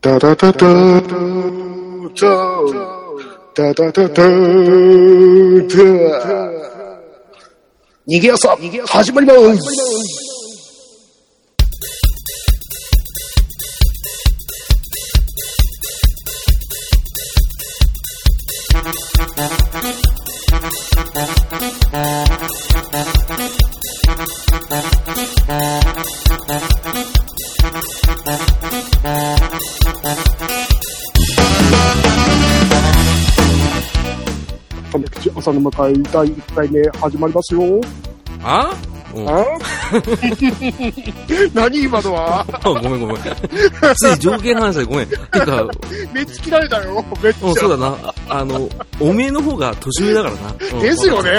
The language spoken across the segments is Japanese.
ダダダダダダダダダダ逃げ朝始まります朝の口朝の迎え第1回目始まりますよあ、うん、あ何今のは ごめんごめん。つい条件反射でごめん。て か、めっちゃ切られたよめっちゃ、うん、そうだな。ああの、おめえの方が年上だからな。うんですよね。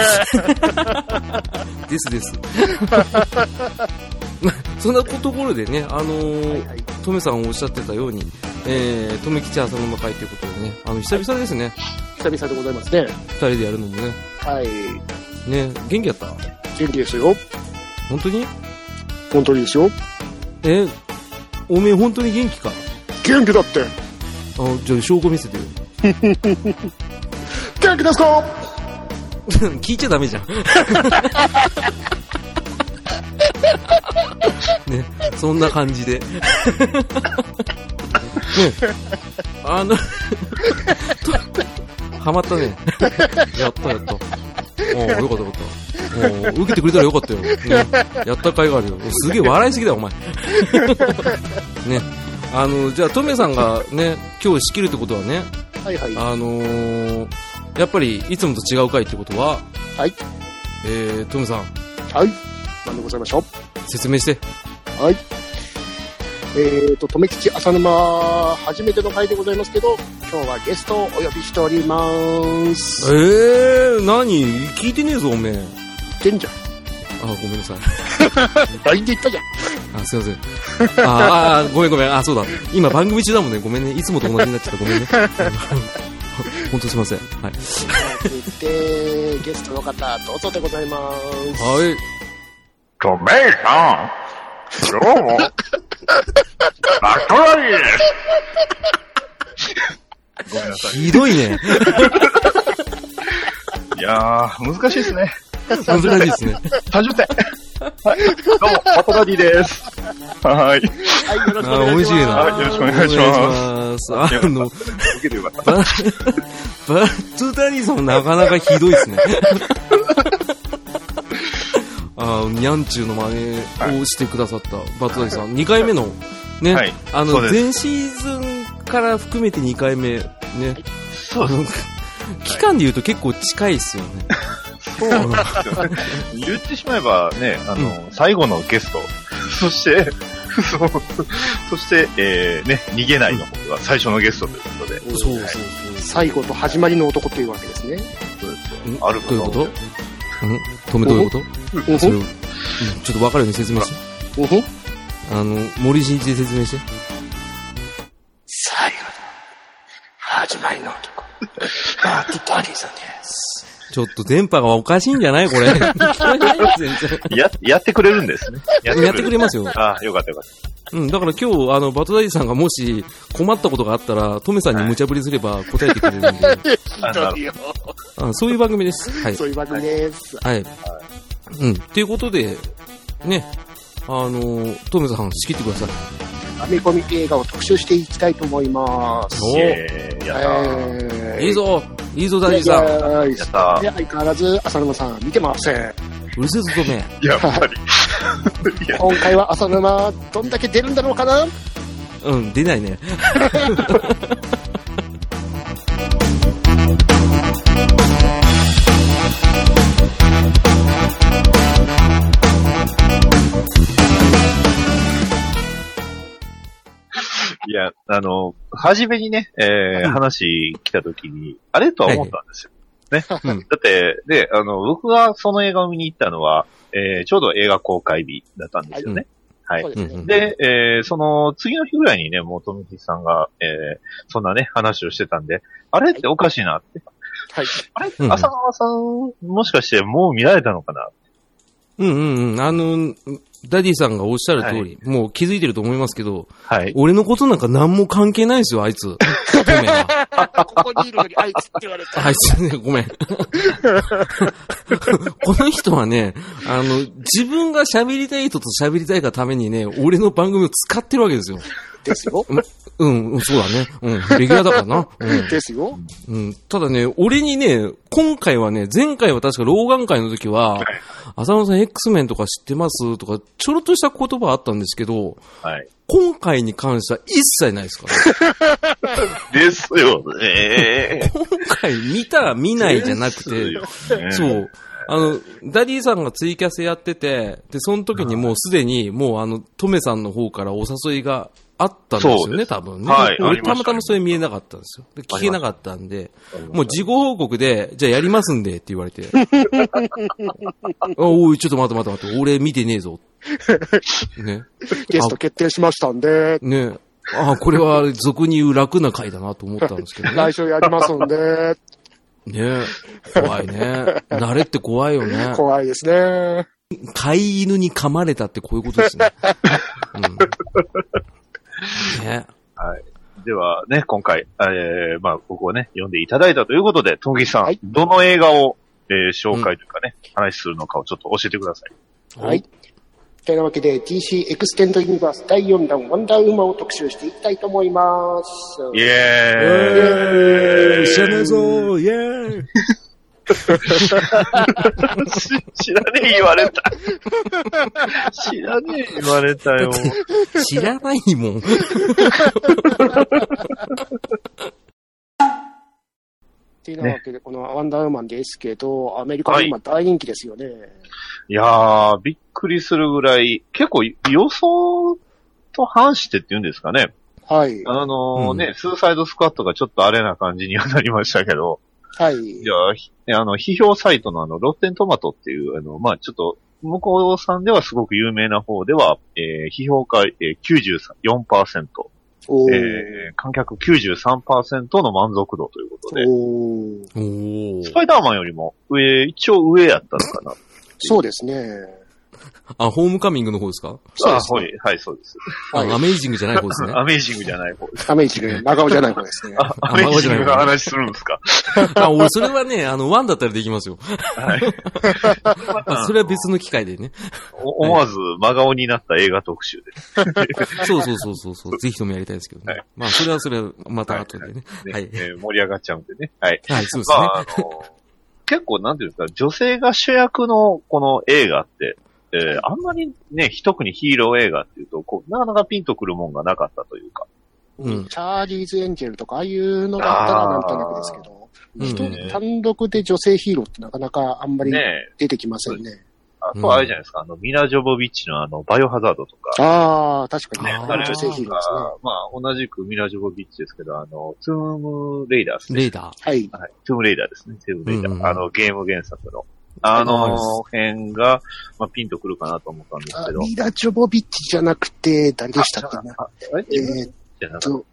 ですです。 まそんなところでね、あのーはいトメさんおっしゃってたように、えー、トメ吉朝の魔会ということでね、あの、久々ですね。久々でございますね二人でやるのもね。はいね、元気やった元気ですよ本当に本当にですよえ、おめえ本当に元気か元気だってあじゃあ証拠見せてよ。元気ですか聞いちゃダメじゃん。 ね、そんな感じで。ね、あの、ハマったね。やったやった。おおよかったよかった。おお受けてくれたらよかったよ。ね、やった甲斐があるよ。すげえ笑いすぎだよ、お前。ね、あの、じゃあ、トメさんがね、今日仕切るってことはね、はいはいあのー、やっぱりいつもと違う回ってことは、はい。えー、トムさん、はい何でございましょう説明して。はい。えーと、留吉浅沼、初めての回でございますけど、今日はゲストをお呼びしております。えー、何聞いてねえぞ、おめえ。てんじゃん。あ、ごめんなさい。 LINE で言ったじゃん。あ、すいません。あーあー、ごめんごめん。あ、そうだ。今番組中だもんね。ごめんね。いつもと同じになっちゃった。ごめんね。 本当すいません。はい。で、ゲストの方、どうぞでございます。はい。トメイさん、ど うも、バトラリーです。ごめんなさひど いね。い。いやー、難しいですね。難しいですね。 30点。はい、どうも、バトラリーです。はーい。はい、よろしくおあー、願美い味ししいな。はまいよろしくおお願いします。す。あの、受けてよかった。バ、バッドダディさんもなかなかひどいですね。 あーにゃんちゅうの真似をしてくださったバッドダディさん、2回目の、ね、はいあそのう、です前シーズンから含めて2回目、ね、そあの期間で言うと結構近いですよね。そうなんですよね。言ってしまえばね、あの、最後のゲスト、そして、そう、そして、えー、ね、逃げないの方が最初のゲストということで、す。そうそす。うそう。最後と始まりの男というわけですね。んあるかどういうなことん止めどういうことうんそふれを、んうんちょっと分かるように説明して。うんふんあの、森進一で説明して。最後の始まりの男。バッドダディさんです。ちょっと電波がおかしいんじゃない これ。聞こえないよ全や、やってくれるんですね。や然やってくれますよ。ああ、よかったよかっうん、だから今日、あの、バトダディさんがもし困ったことがあったら、トメさんに無茶ぶりすれば答えてく れるんで、ひあどいよ。あそういう番組です。はいそ。ういう番組です。はい。うん、ということで、ね、あの、トメさん仕切ってください。アメコミ映画を特集していきたいと思います。た。イエーイやったー。えーいいぞいいぞ、ダいデやィいやさんいややったー。相変わらず浅沼さん見てません。うるせえぞ、トメ。やっぱ り。いや、今回は浅沼、どんだけ出るんだろうかなうん、出ないね。いや、あの、初めにね、えー、話来た時に、あれとは思ったんですよ。うん。だって、で、あの、僕がその映画を見に行ったのは、えー、ちょうど映画公開日だったんですよね。はいそうですねうんで、えー、その次の日ぐらいにね、もう富木さんが、えー、そんなね、話をしてたんで、あれっておかしいなって。はい。あれうん浅川さん、もしかしてもう見られたのかなうんうんうん。あの、ダディさんがおっしゃる通り、もう気づいてると思いますけど、はい。俺のことなんか何も関係ないですよ、あいつ。ごめんな。ここにいるのにあいつって言われた。あいつね、ごめん。 この人はね、あの、自分が喋りたい人と喋りたいがためにね、俺の番組を使ってるわけですよ。です よ。うん、うんそうだね。うん、レギュラーだからな。ですよ。うん、うん。ただね、俺にね、今回はね、前回は確か老眼会の時は、浅野さん X メンとか知ってますとか、ちょろっとした言葉あったんですけど、はい。今回に関しては一切ないですから。ですよね。今回見た、見ないじゃなくて、そそう。う。あの、ダディさんがツイキャスやってて、で、その時にもうすでに、もうあの、トメさんの方からお誘いがあったんですそようね、で多分ね。はいあ俺りましたたまたまそれ見えなかったんですよ。で聞けなかったんで、もう事後報告で、じゃあやりますんでって言われ て。あおい、ちょっと待って待って待って、俺見てねえぞ。ね。ゲスト決定しましたんで、ね。あこれは俗に言う楽な回だなと思ったんですけどね。来週やりますん で、ね怖いね。慣れって怖いよね。怖いですね。飼い犬に噛まれたってこういうことですね。うん、ねではね、今回、えー、まあ、ここをね、読んでいただいたということで、ト木さん、はいどの映画を、えー紹介というかね、話するのかをちょっと教えてください。はい。というわけで、DC エクステンドユニバース第4弾、ワンダーウーマンを特集していきたいと思います。イエえー、ーイ知らねえぞイエーイ 知らねえ言われた。 知らねえ言われたよ。知らないもん。っていうわけで、このワンダーウーマンですけど、アメリカで今大人気ですよね。いやー、びっくりするぐらい、結構予想と反してって言うんですかね。はい。あのーうんね、スーサイドスクワットがちょっとあれな感じにはなりましたけど、はい。いやーひあの、批評サイトのあの、ロッテントマトっていう、あの、まあ、ちょっと、向こうさんではすごく有名な方では、えー批評家、えー、94%、おー。えー観客93%の満足度ということで、おーおスーパイダーマンよりも上、一応上やったのかな。そうですね。あ、ホームカミングの方ですかそうですあはい、はい、そうです。はいあアメイジングじゃない方 ですね。アメージングじゃない方です。ダメージが真顔じゃない方ですね。あ アメージングの話するんですかあ、俺、それはね、あの、ワンだったらできますよ。はい。 あそれは別の機会でね。 お思わず真顔になった映画特集です。そうそうそうそうそう。ぜひともやりたいですけどね。はいまあ、それはそれは、また後でね。ねはいえー盛り上がっちゃうんでね。はい。はい、そうですまね。あ、あの、結構なんていうんですか、女性が主役のこの映画って、えーあんまりね、一特にヒーロー映画っていうと、こう、なかなかピンとくるもんがなかったというか。うんチャーリーズ・エンジェルとか、ああいうのだったらなんとなくですけど、うん一人単独で女性ヒーローってなかなかあんまりねえ出てきませんね。あとはあれじゃないですか、あの、ミラ・ジョボビッチのあの、バイオハザードとか。ああ、確かに、ね、ね、あーあれ女性ヒーローですね。が、まあ、同じくミラ・ジョボビッチですけど、あの、トゥームレイダーですね。レーダー。はい。はい。トゥームレイダーですね。トゥームレイダー。うんうんうんあの、ゲーム原作の。あの辺が、まあ、ピンとくるかなと思ったんですあけど。ミラ・ジョボビッチじゃなくて、誰でしたっけなああれえ自分ーっじゃなかっと、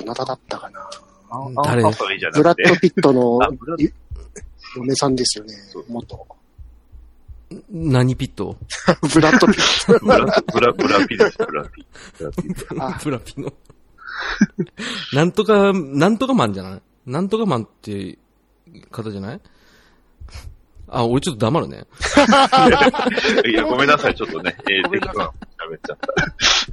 どなただったかなたあ誰あそうじゃなブラくッド・て。ピットの あブラッドゆ嫁さんですよねそう、元。 何ピットブラッド・ ピッブラ、ブラ、ブラピです。ブラピ。ブラピ。 あプラピの。なんとか、なんとかマンじゃないなんとかマンって方じゃないあ、俺ちょっと黙るね。いや、ごめんなさい。ちょっとね、えー、適当なこと喋っちゃっ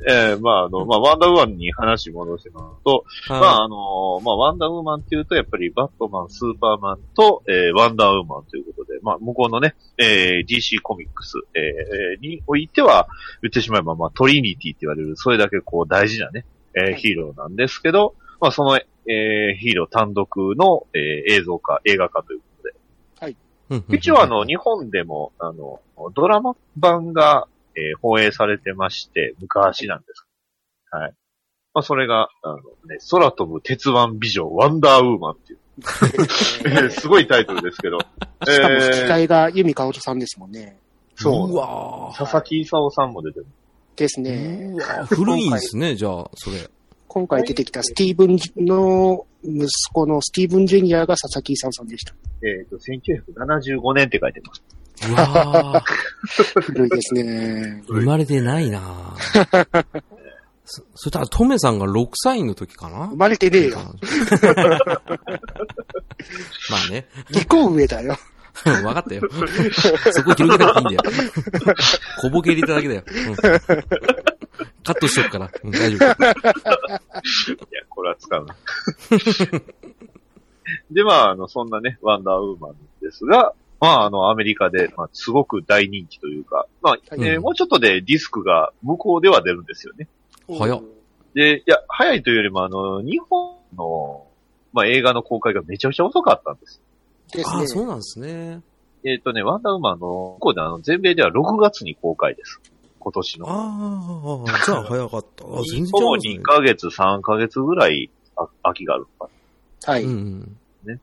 た。えー、まあ、あの、まあ、ワンダーウーマンに話戻しますと、はいまあ、あのまあ、ワンダーウーマンっていうと、やっぱりバットマン、スーパーマンと、えーワンダーウーマンということで、まあ、向こうのね、えー DC コミックス、えーにおいては、言ってしまえば、まあ、トリニティって言われる、それだけこう大事なね、えーヒーローなんですけど、まあ、その、えーヒーロー単独の、えー映像化、映画化ということうんうんうんで、一応あの、日本でも、あの、ドラマ版が、えー放映されてまして、昔なんです。はい。まあ、それが、あのね、空飛ぶ鉄腕美女、ワンダーウーマンっていう。ト。すごいタイトルですけど。えしかも、吹きー、替えが由美かおとさんですもんね。そううわー佐々木勲さんも出てる。ですね。うわー古いんですね、じゃあ、それ。今回出てきたスティーブンの息子のスティーブン・ジュニアが佐々木勲さんでした。えっ、と、1975年って書いてます。うわー古いですね。生まれてないなぁそ、そしたら、トメさんが6歳の時かな生まれてねえよ。まあね。 2個上だよ。分かったよ。 そこ広げなくていいんだよ。小ボケ入れただけだよ。うんカットしよっから。うん大丈夫。いや、これは使うな。 で、まあ、あの、そんなね、ワンダーウーマンですが、まあ、あの、アメリカで、まあ、すごく大人気というか、まあ、えーうんもうちょっとでディスクが向こうでは出るんですよね。早っで、いや、早いというよりも、あの、日本の、まあ、映画の公開がめちゃくちゃ遅かったんです。ですああ、そね。うなんですね。えっ、とね、ワンダーウーマンの、向こうであの、全米では6月に公開です。今年の。ああ、じゃあ早かった。あ全然違ほぼうんですね2ヶ月、3ヶ月ぐらい、あ秋があるのかなはい。うんうん。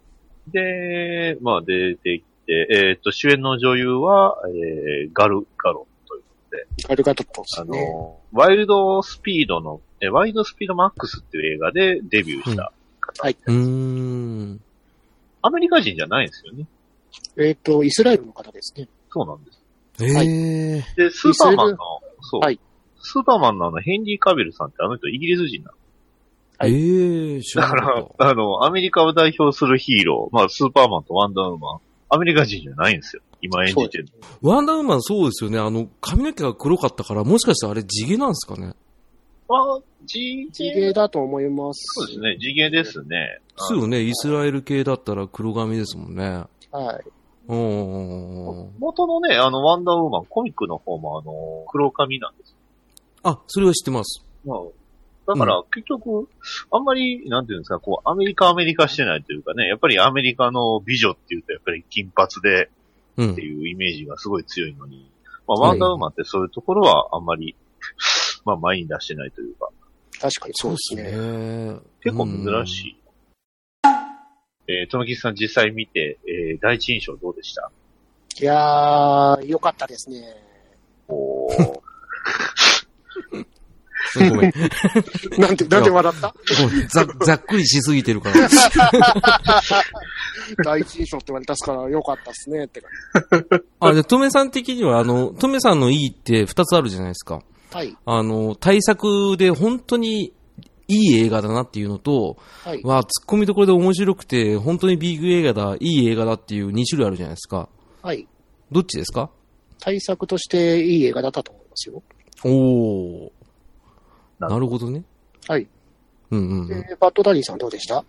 で、まあ出てきて、えーっと、主演の女優は、えー、ガルガロという、ガルガトットであすの、ね。ワイルドスピードの、えーワイルドスピードマックスっていう映画でデビューした。うーん。アメリカ人じゃないんですよね。えっと、イスラエルの方ですね。そうなんです。ええはいで、スーパーマインスの、そう、はいスーパーマンのあの、ヘンリー・カビルさんってあの人イギリス人なの。はいええ知らだかなからっ、た。あの、アメリカを代表するヒーロー、まあ、スーパーマンとワンダーウーマン、アメリカ人じゃないんですよ。今演じてる。ワンダーウーマンそうですよね。あの、髪の毛が黒かったから、もしかしたらあれ地毛なんですかね。まあ、次地元、芸だと思います。そうですね、次元ですね。そうよね。イスラエル系だったら黒髪ですもんね。はい。うんうんうんうん。元のね、あの、ワンダーウーマン、コミックの方も、あの、黒髪なんです。あ、それは知ってます。まあ、だから、結局、あんまり、なんていうんですか、こう、アメリカ、アメリカしてないというかね、やっぱりアメリカの美女っていうと、やっぱり金髪でうっんて。いうイメージがすごい強いのに、まあ、はいワンダーウーマンってそういうところは、あんまり、 まあ、前に出してないというか、確かにそうですね。ね。結構珍しい。えー、とめきちさん実際見て、えー、第一印象どうでしたいやー、よかったですね。おーうん。 ごめん。 なんで、なんで笑ったごめんざざっくりしすぎてる から。 第一印象って言われたすからよかったっすねって感あ、で、トメさん的には、あの、トメさんのいいって二つあるじゃないですか。じ。はい。あの、対策で本当にいい映画だなっていうのと、はい。わあ、ツッコミどころで面白くて、本当にビッグ映画だ、いい映画だっていう2種類あるじゃないですか。はい。どっちですか対策としていい映画だったと思いますよ。おー。ななるほどね。はい。うんうんうん。で、バッドダディさんどうでした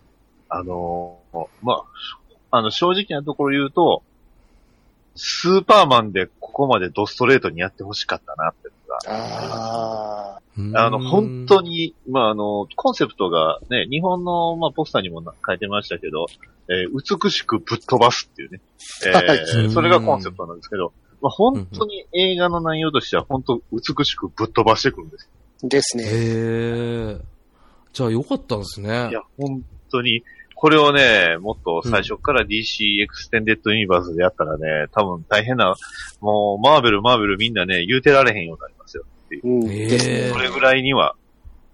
あのーまあ、あの、正直なところ言うと、スーパーマンでここまでドストレートにやってほしかったなってのがあうんあの、本当に、まあ、あの、コンセプトがね、日本の、まあ、ポスターにもな書いてましたけど、えー美しくぶっ飛ばすっていうね、えはーいそれがコンセプトなんですけど、まあ、本当に映画の内容としては、本当美しくぶっ飛ばしてくるんです。ー。ですね。へえ。じゃあよかったんですねい。や、本当に、これをね、もっと最初から DC エクステンデッドユニバースでやったらね、多分大変な、もう、マーベル、マーベルみんなね、言うてられへんようになりますよ。うん。えーですねそ。れぐらいには、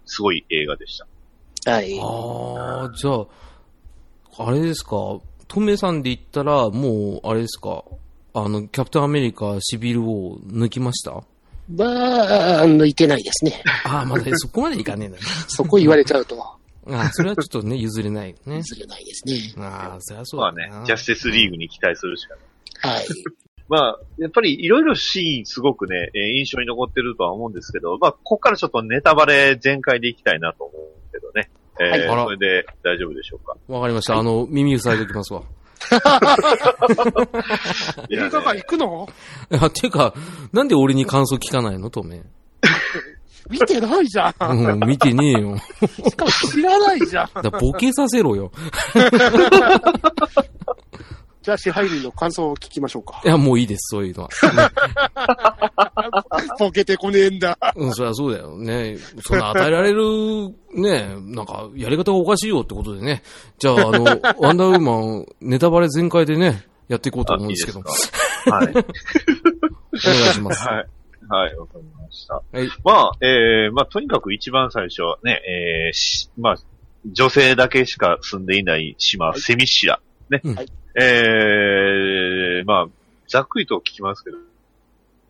すごい映画でした。はい。ああ、じゃあ、あれですか、トメさんで言ったら、もう、あれですか、あの、キャプテンアメリカ、シビルを抜きましたまあ、抜いてないです ね。ああ、まだそこまでいかねえんだね。そこ言われちゃうと、 ああ、それはちょっとね、譲れないよね。ずれないですね。ああ、そりゃそそううはだねな。、ジャスティスリーグに期待するしかない。 はい。まあ、やっぱりいろいろシーンすごくね、えー印象に残ってるとは思うんですけど、まあ、ここからちょっとネタバレ全開でいきたいなと思うんですけどね。えーはいそれで大丈夫でしょうか。わかりました。あの、耳塞いでおきますわ。 いやね行くのあていうか、なんで俺に感想聞かないのト メ。見てないじゃん。うん、見てねえよ。しかも知らないじゃん。だからボケさせろよ。 じゃあ支配人の感想を聞きましょうかい。や、もういいです、そういうのは。ボケてこねえんだ。うん、そりゃそうだよね。そんな与えられる、ね、なんか、やり方がおかしいよってことでね。じゃあ、あの、ワンダーウーマン、ネタバレ全開でね、やっていこうとあ思うんいいですでけすど。か。はい。お願いします。 はい。はい、わかりました。はい。まあ、えー、まあ、とにかく一番最初はね、えー、しまあ、女性だけしか住んでいない島、セミシラ。ね。うんはいえー、まあ、ざっくりと聞きますけど、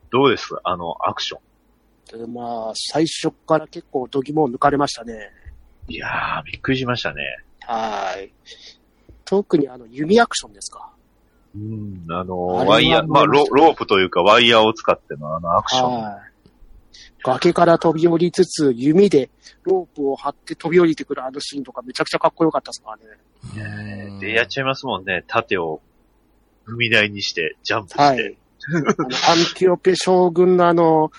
どうですあの、アクション。でまあ、最初から結構度肝を抜かれましたね。いやー、びっくりしましたね。はい。特にあの、弓アクションですか。うん、あのあれはワイヤー、まあロ、ロープというかワイヤーを使ってのあのアクション。はい。崖から飛び降りつつ、弓でロープを張って飛び降りてくるあのシーンとかめちゃくちゃかっこよかったですからね。うんで、やっちゃいますもんね。盾を踏み台にして、ジャンプはして。い。あの、アンティオペ将軍のあの、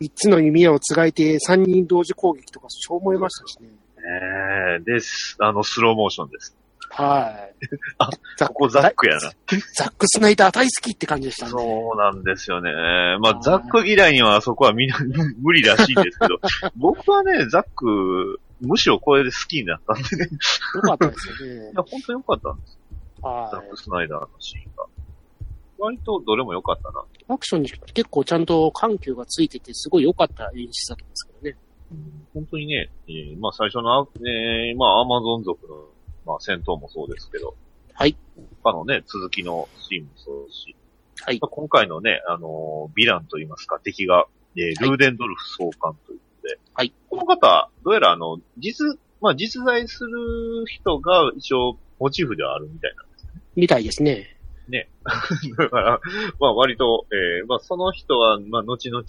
三つの弓矢をつがいて三人同時攻撃とかそう思いましたしね。えーで、すあの、スローモーションです。はい。あザここザックやな。ザックスナイター大好きって感じでしたね。そうなんですよね。まはあ、いザック嫌いにはあそこはみんな 無理らしいんですけど、僕はね、ザック、むしろこれで好きになったんでね。よかったですよねい。や、本当に良かったんです。ザはック・スナイダーのシーンが。割とどれも良かったな。い。アクションに結構ちゃんと緩急がついてて、すごい良かった演出だったんですけどね。本当にね、えーまあ最初の、えーまあアマゾン族の、まあ戦闘もそうですけど、はい。他のね、続きのシーンもそうですし、はいまあ、今回のね、あのーヴィランといいますか、敵が、えーはいルーデンドルフ総監ということで、はいこの方、どうやらあの、実、まあ実在する人が一応モチーフではあるみたいな。みたいですね。だから、まあ割と、えーまあその人は、まあ後々、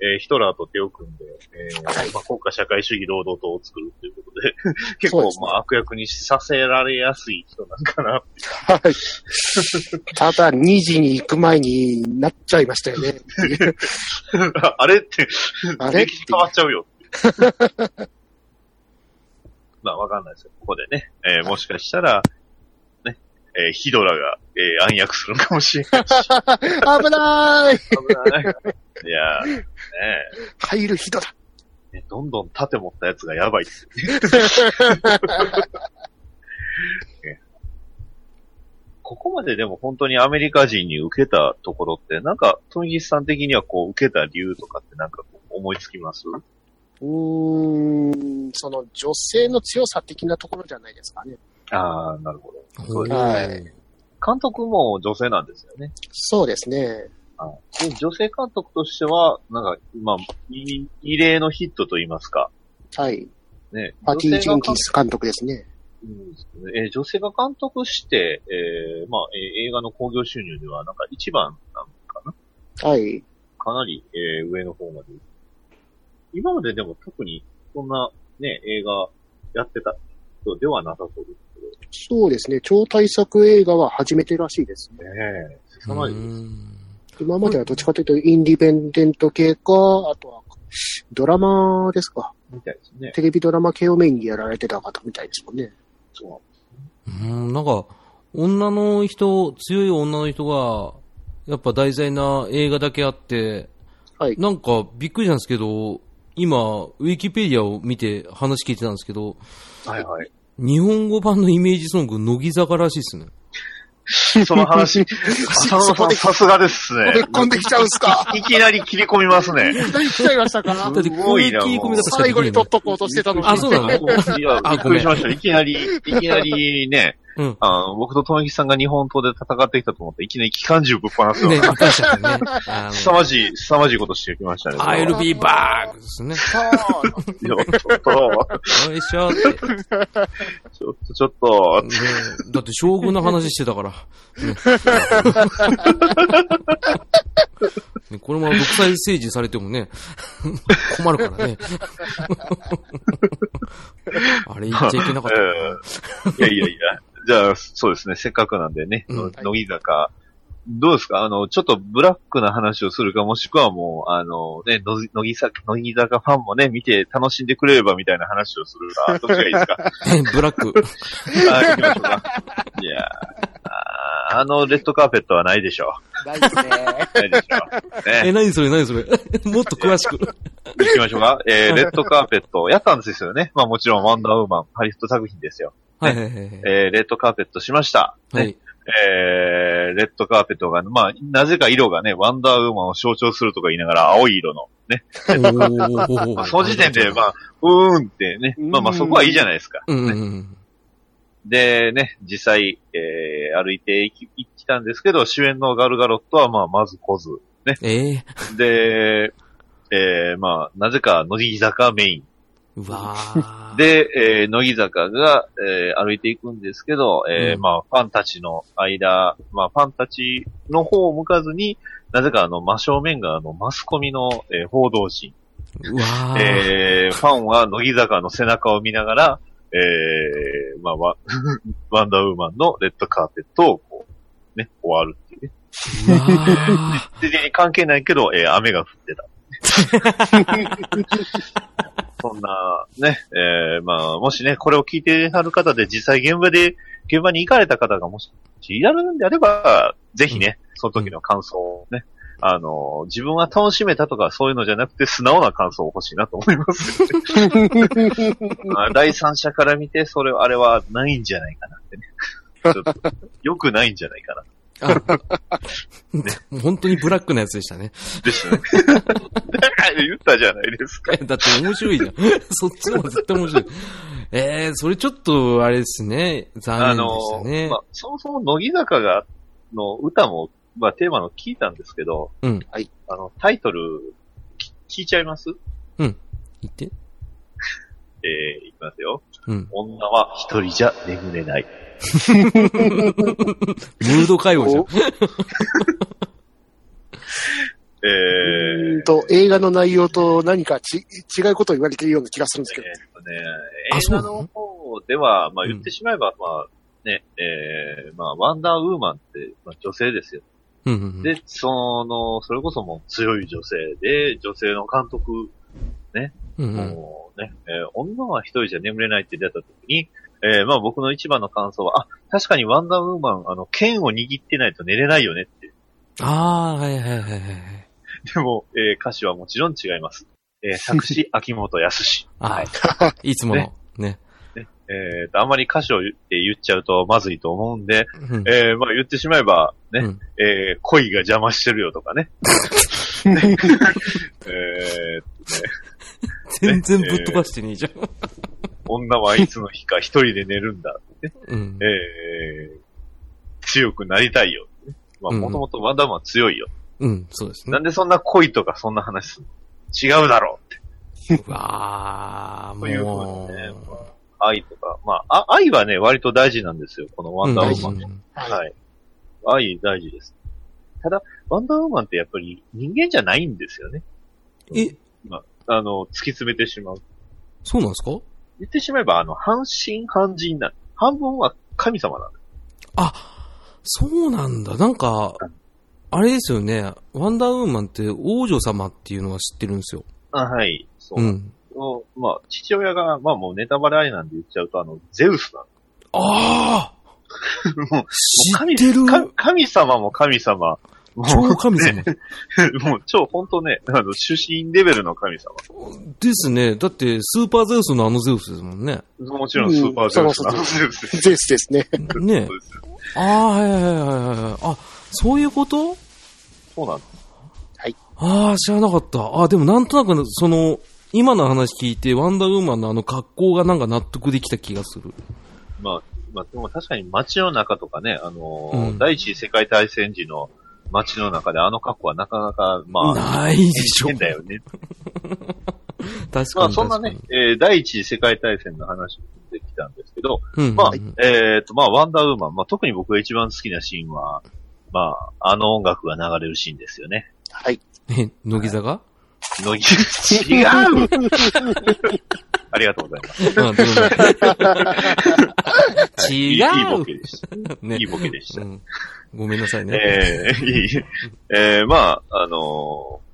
えーヒトラーと手を組んで、えーはいまあ、国家社会主義労働党を作るということで、 結そう構、ですねまあ悪役にさせられやすい人なんかな。はい。ただ、2時に行く前になっちゃいましたよ ね。 あれって、あれ歴史変わっちゃうよ。 まあわかんないですよ。ここでね、えーもしかしたら、ね、えーヒドラが、えー暗躍するかも しれない。危ない危ない。いやー、ねえ入る人だねどんどん盾持ったやつがやばいっすねねここまででも本当にアメリカ人に受けたところって、なんか、トイギスさん的にはこう受けた理由とかってなんかこう思いつきますうーん、その女性の強さ的なところじゃないですかね。ああ、なるほど。そうですはい監督も女性なんですよね。そうですね。で女性監督としては、なんか、まあ、い異例のヒットと言いますか。はい。ね、パティ・女性ジがェ監ンキンス監督ですね。うんえー女性が監督して、えーまあ、えー映画の興行収入では、なんか一番なんかなはい。かなり、えー上の方まで。今まででも特に、そんなね、映画やってた人ではなさそうですそうですね。超大作映画は初めてらしいですね。ね。ええ、凄まじいです。今まではどっちかというと、インディペンデント系か、あとは、ドラマですか。みたいですね。テレビドラマ系をメインにやられてた方みたいですもんね。そううん、なんか、女の人、強い女の人が、やっぱ題材な映画だけあって、はい。なんかびっくりなんですけど、今、ウィキペディアを見て話聞いてたんですけど、はいはい。日本語版のイメージソング、乃木坂らしいですね。その 話、浅野そさこんでさすがですね。込んできちゃうんすかいきなり切り込みますね。何しちゃいましたかだって、すごいなこういう切り込み方しかで最きな後いに取んだっとこうとしてたのに。あそうなのいや、びっくりしました。いきなり、いきなりね、うん。あの、僕と友木さんが日本刀で戦ってきたと思って、いきなり機関銃ぶっ放すよ。ね、出しちゃったね。あ凄まじい、凄まじいことしてきましたね。の、I'll be back! ですね。そうちょっと、よいしょって。ちょっ と、ちょっ と、ねだって将軍の話してたから。ね ねこのまま独裁政治されてもね、困るから ね。あれ言っちゃいけなかったな。えーいやいやいや。じゃあ、そうですね、せっかくなんでね、うん乃木坂。どうですかあの、ちょっとブラックな話をするか、もしくはもう、あの、ね、の乃木坂、乃木坂ファンもね、見て楽しんでくれればみたいな話をするか、どっちがい いですかブラック。はい、行きましょうか。いやあーあの、レッドカーペットはないでしょないですね。う。ないでしょう。ねえ、何それ何それもっと詳しく。行きましょうか。えー、レッドカーペット、やったんですよね。まあもちろん、ワンダーウーマン、ハリウッド作品ですよ。はいはいはいはい。えー、レッドカーペットしました。ねはい。えー、レッドカーペットが、まあ、なぜか色がね、ワンダーウーマンを象徴するとか言いながら、青い色の。おーまあ、その時点で、まあ、うーんってね。まあまあ、そこはいいじゃないですか。うんうんうん。でね、実際、えー、歩いていき行ってきたんですけど、主演のガルガロットは、まあ、まず来ず。ええで、えー、まあ、なぜか、乃木坂メイン。うわー。で、えー、乃木坂が、えー、歩いていくんですけど、えーうんまあ、ファンたちの間、まあ、ファンたちの方を向かずに、なぜかあの、真正面があの、マスコミの、えー報道陣。うわー。えー、ファンは乃木坂の背中を見ながら、えー、まあ、ワ ワンダーウーマンのレッドカーペットをこう、ね、終わるっていうね。うわー。全然関係ないけど、えー、雨が降ってた。そんな、ね、えー、まあ、もしね、これを聞いてはる方で、実際現場で、現場に行かれた方がもし、やるんであれば、ぜひね、その時の感想をね、あの、自分は楽しめたとかそういうのじゃなくて、素直な感想を欲しいなと思います。まあ第三者から見て、それ、あれはないんじゃないかなってね。ちょっとよくないんじゃないかな。あもう本当にブラックなやつでしたね。 でしたね。だから言ったじゃないですか。だって面白いじゃん。そっちの方が絶対面白い。ええそれちょっと、あれですね。あ残念でしたの、ね。まあ、そもそも乃木坂が、の歌も、まあ、テーマの聞いたんですけど、うんはい。あの、タイトル、き聞いちゃいます言って。えー、いきますよ。うん。女は一人じゃ眠れない。ムード会話じゃん。えうーーん、と、映画の内容と何かち違うことを言われてるような気がするんですけど。えーっとね、あ映そう画なのの方では、まあうん言ってしまえば、まあね、えー、まあワンダーウーマンって、まあ、女性ですよ。うんうんうん。で、その、それこそもう強い女性で、女性の監督、うんうんもうね、えー女は一人じゃ眠れないって出た時に、えー、まあ僕の一番の感想は、あ、確かにワンダーウーマン、あの、剣を握ってないと寝れないよねって。ああ、はいはいはいはいはい。でも、えー歌詞はもちろん違います。え ー作詞、秋元康。あい。いつもの。ね。えーと、あんまり歌詞を言って言っちゃうとまずいと思うんで、うんえー、まあ言ってしまえば、ね、うんえー、恋が邪魔してるよと かね。 えー、全然ぶっ飛ばしてねえじゃん。女はいつの日か一人で寝るんだ。うんえ。ー、強くなりたいよ。まあうんもともとワンダーマンは強いよ。うん、そうですねなん。でそんな恋とかそんな話すの違うだろうって。うわあ、というこもとでねう。愛とか。まあ、あ愛はね、割と大事なんですよ。このワンダーウーマン。うんはい。愛大事です。ただ、ワンダーウーマンってやっぱり人間じゃないんですよね。え、あの、突き詰めてしまう。そうなんですか言ってしまえば、あの、半身半人なの半分は神様なの。あ、そうなんだ。なんか、あれですよね。ワンダーウーマンって王女様っていうのは知ってるんですよ。あはい。そうう。ん。まあ、父親が、まあもうネタバレありなんで言っちゃうと、あの、ゼウスなああの。もう知神ってるか神様も神様。も超う、神様。 もう超本当ね、あの、主神レベルの神様。ですね。だって、スーパーゼウスのあのゼウスですもんね。もちろんスーパーゼウスなのうんゼウスです。ゼウス ですね。ね そうですああ、はいはいはいはいはい。あ、そういうことそうなの。ああ、知らなかった。ああ、でもなんとなく、その、今の話聞いて、ワンダーウーマンのあの格好がなんか納得できた気がする。まあ、まあ、でも確かに街の中とかね、あのーうん第一次世界大戦時の街の中であの格好はなかなか、まあ、ないで しょ。変だよね。確かにまあ、そんなね、、えー第一次世界大戦の話も出てきたんですけど、確かにうん、まあうん、えっ、と、まあ、ワンダーウーマン、まあ、特に僕が一番好きなシーンは、まあ、あの音楽が流れるシーンですよね。はい。え、乃木坂乃木 違うありがとうございます。うんどうもいい違 いいボうケでした。ねいいボケでしたう。んごめんなさいね。ええいいえーまあ、あのー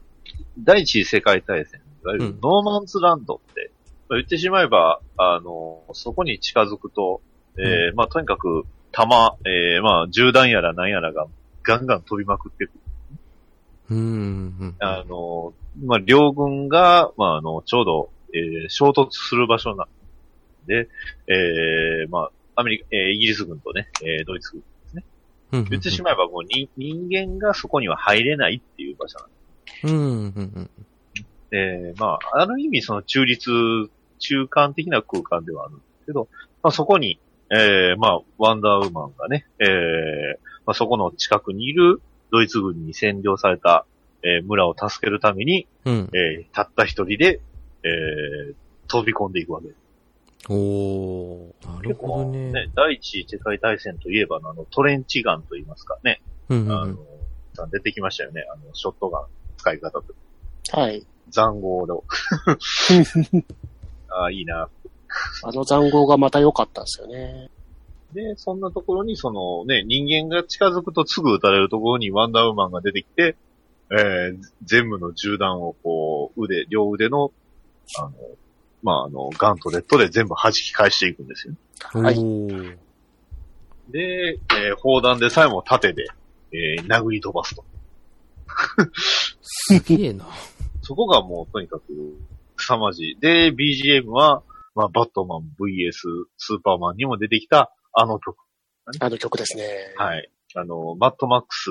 第一次世界大戦、いわゆうるんノーマンズランドって、まあ言ってしまえば、あのーそこに近づくと、えーまあ、とにかく、弾、えーまあ、銃弾やら何やらが、ガンガン飛びまくってくる。うんうんあのーまあ、両軍が、まあ、あの、ちょうど、えー衝突する場所なんで、えーまあ、アメリカ、えーイギリス軍とね、えードイツ軍。うんうん。言ってしまえばもうに人間がそこには入れないっていう場所なんですうんうんうん。えーまあ、ある意味その中立、中間的な空間ではあるんですけど、まあ、そこに、えー、まあ、ワンダーウーマンがね、えー、まあ、そこの近くにいるドイツ軍に占領された、えー村を助けるために、うん。えーたった一人で、えー飛び込んでいくわけです。おー。なるほどね。ね第一次世界大戦といえば、あの、トレンチガンと言いますかね。うんうあんの、さ出てきましたよね。あの、ショットガン使い方と。はい。残号 の。ああ、いいな。あの残酷がまた良かったですよね。で、そんなところに、そのね、人間が近づくとすぐ撃たれるところにワンダーウーマンが出てきて、えー全部の銃弾をこう、腕、両腕の、あの、まあ、あの、ガントレットで全部弾き返していくんですよ。うん。はいおー。で、えー砲弾でさえも盾で、えー殴り飛ばすと。すげえな。 そこがもうとにかく凄まじい。で、BGM は、まあ、バットマン VS スーパーマンにも出てきたあの曲。あの曲ですね。はい。あの、マットマックス、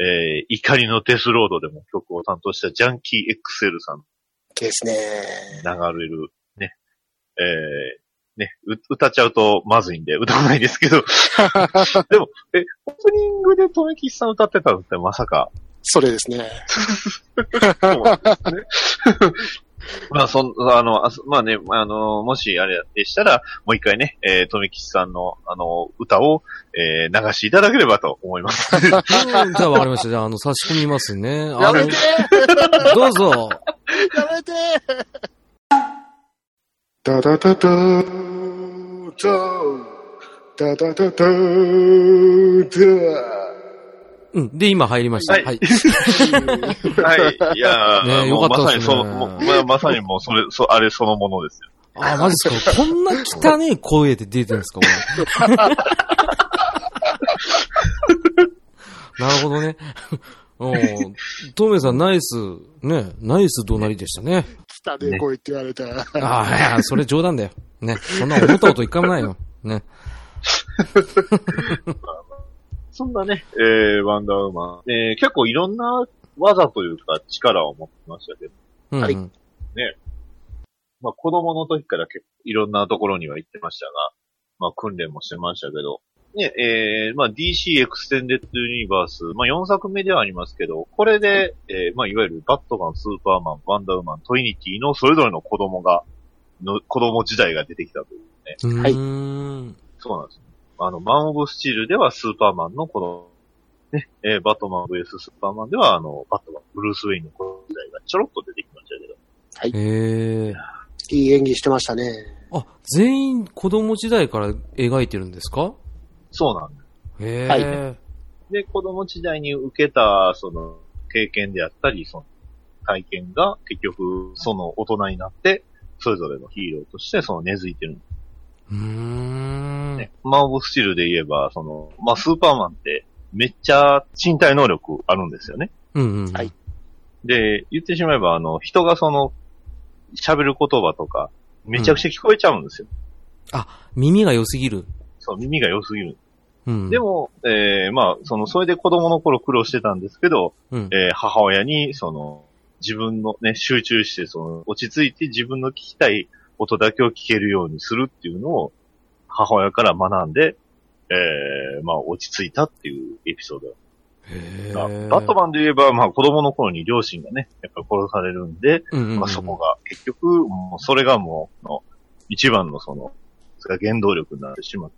えー怒りのデスロードでも曲を担当したジャンキー XL さんですね。流れる、ね。えーね、う歌っちゃうとまずいんで、歌わないですけど。でも、え、オープニングでとめきさん歌ってたのってまさか、それですね。 まあ、そん、あの、あそまあね、あの、もしあれでしたら、もう一回ね、えー、とめきさんの、あの、歌を、えー流していただければと思い ます。うんじゃあわかりました。じゃあ、あの、差し込みますね。あ やめのて、どうぞ。やめてダダダダダダダダダうん。で、今入りました。はいはい。はい。いやー、ねもうよかまったさでにすねその、もうまあまさにもうそれ、そ、あれそのものですよ。あ、マジっすか。こんな汚い声で出てるんですか、これ。なるほどね。うん。トメさん、ナイス、ね、ナイス怒鳴りでしたね。汚ね声って言われた。ああ、いやそれ冗談だよ。ね。そんな思ったこと一回もないよ。ね。そんなね、えー、ワンダーウーマン、えー、結構いろんな技というか力を持ってましたけど、うん、はういん。まあ子供の時から結構いろんなところには行ってましたが、まあ訓練もしてましたけど、ね、えー、まあ DC エクステンデッドユニバース、まあ4作目ではありますけど、これで、えー、まあいわゆるバットマン、スーパーマン、ワンダーウーマン、トリニティのそれぞれの子供が、の子供時代が出てきたという。うはいーん。そうなんです、ね。あの、マン・オブ・スチールではスーパーマンのこの、ね、えーバットマン VS スーパーマンでは、あの、バットマン、ブルース・ウェインのこの時代がちょろっと出てきましたけど、へえ。いい演技してましたね。あ、全員子供時代から描いてるんですかそうなんです。へえ。はで、子供時代に受けた、その、経験であったり、その、体験が、結局、その、大人になって、それぞれのヒーローとして、その、根付いてるんでうーん。すね。マン・オブ・スチールで言えば、その、まあ、スーパーマンって、めっちゃ身体能力あるんですよね。うんうん。はいで、言ってしまえば、あの、人がその、喋る言葉とか、めちゃくちゃ聞こえちゃうんですよ。耳が良すぎる。そう、耳が良すぎる。うん。で、も、えー、まあ、その、それで子供の頃苦労してたんですけど、うん。えー、母親に、その、自分のね、集中して、その、落ち着いて自分の聞きたい音だけを聞けるようにするっていうのを、母親から学んで、えー、まあ、落ち着いたっていうエピソードへが。ーバットマンで言えば、まあ、子供の頃に両親がね、やっぱり殺されるんで、うんうんうんまあ、そこが、結局、もうそれがもう、あの一番のその、それが原動力になってしまう。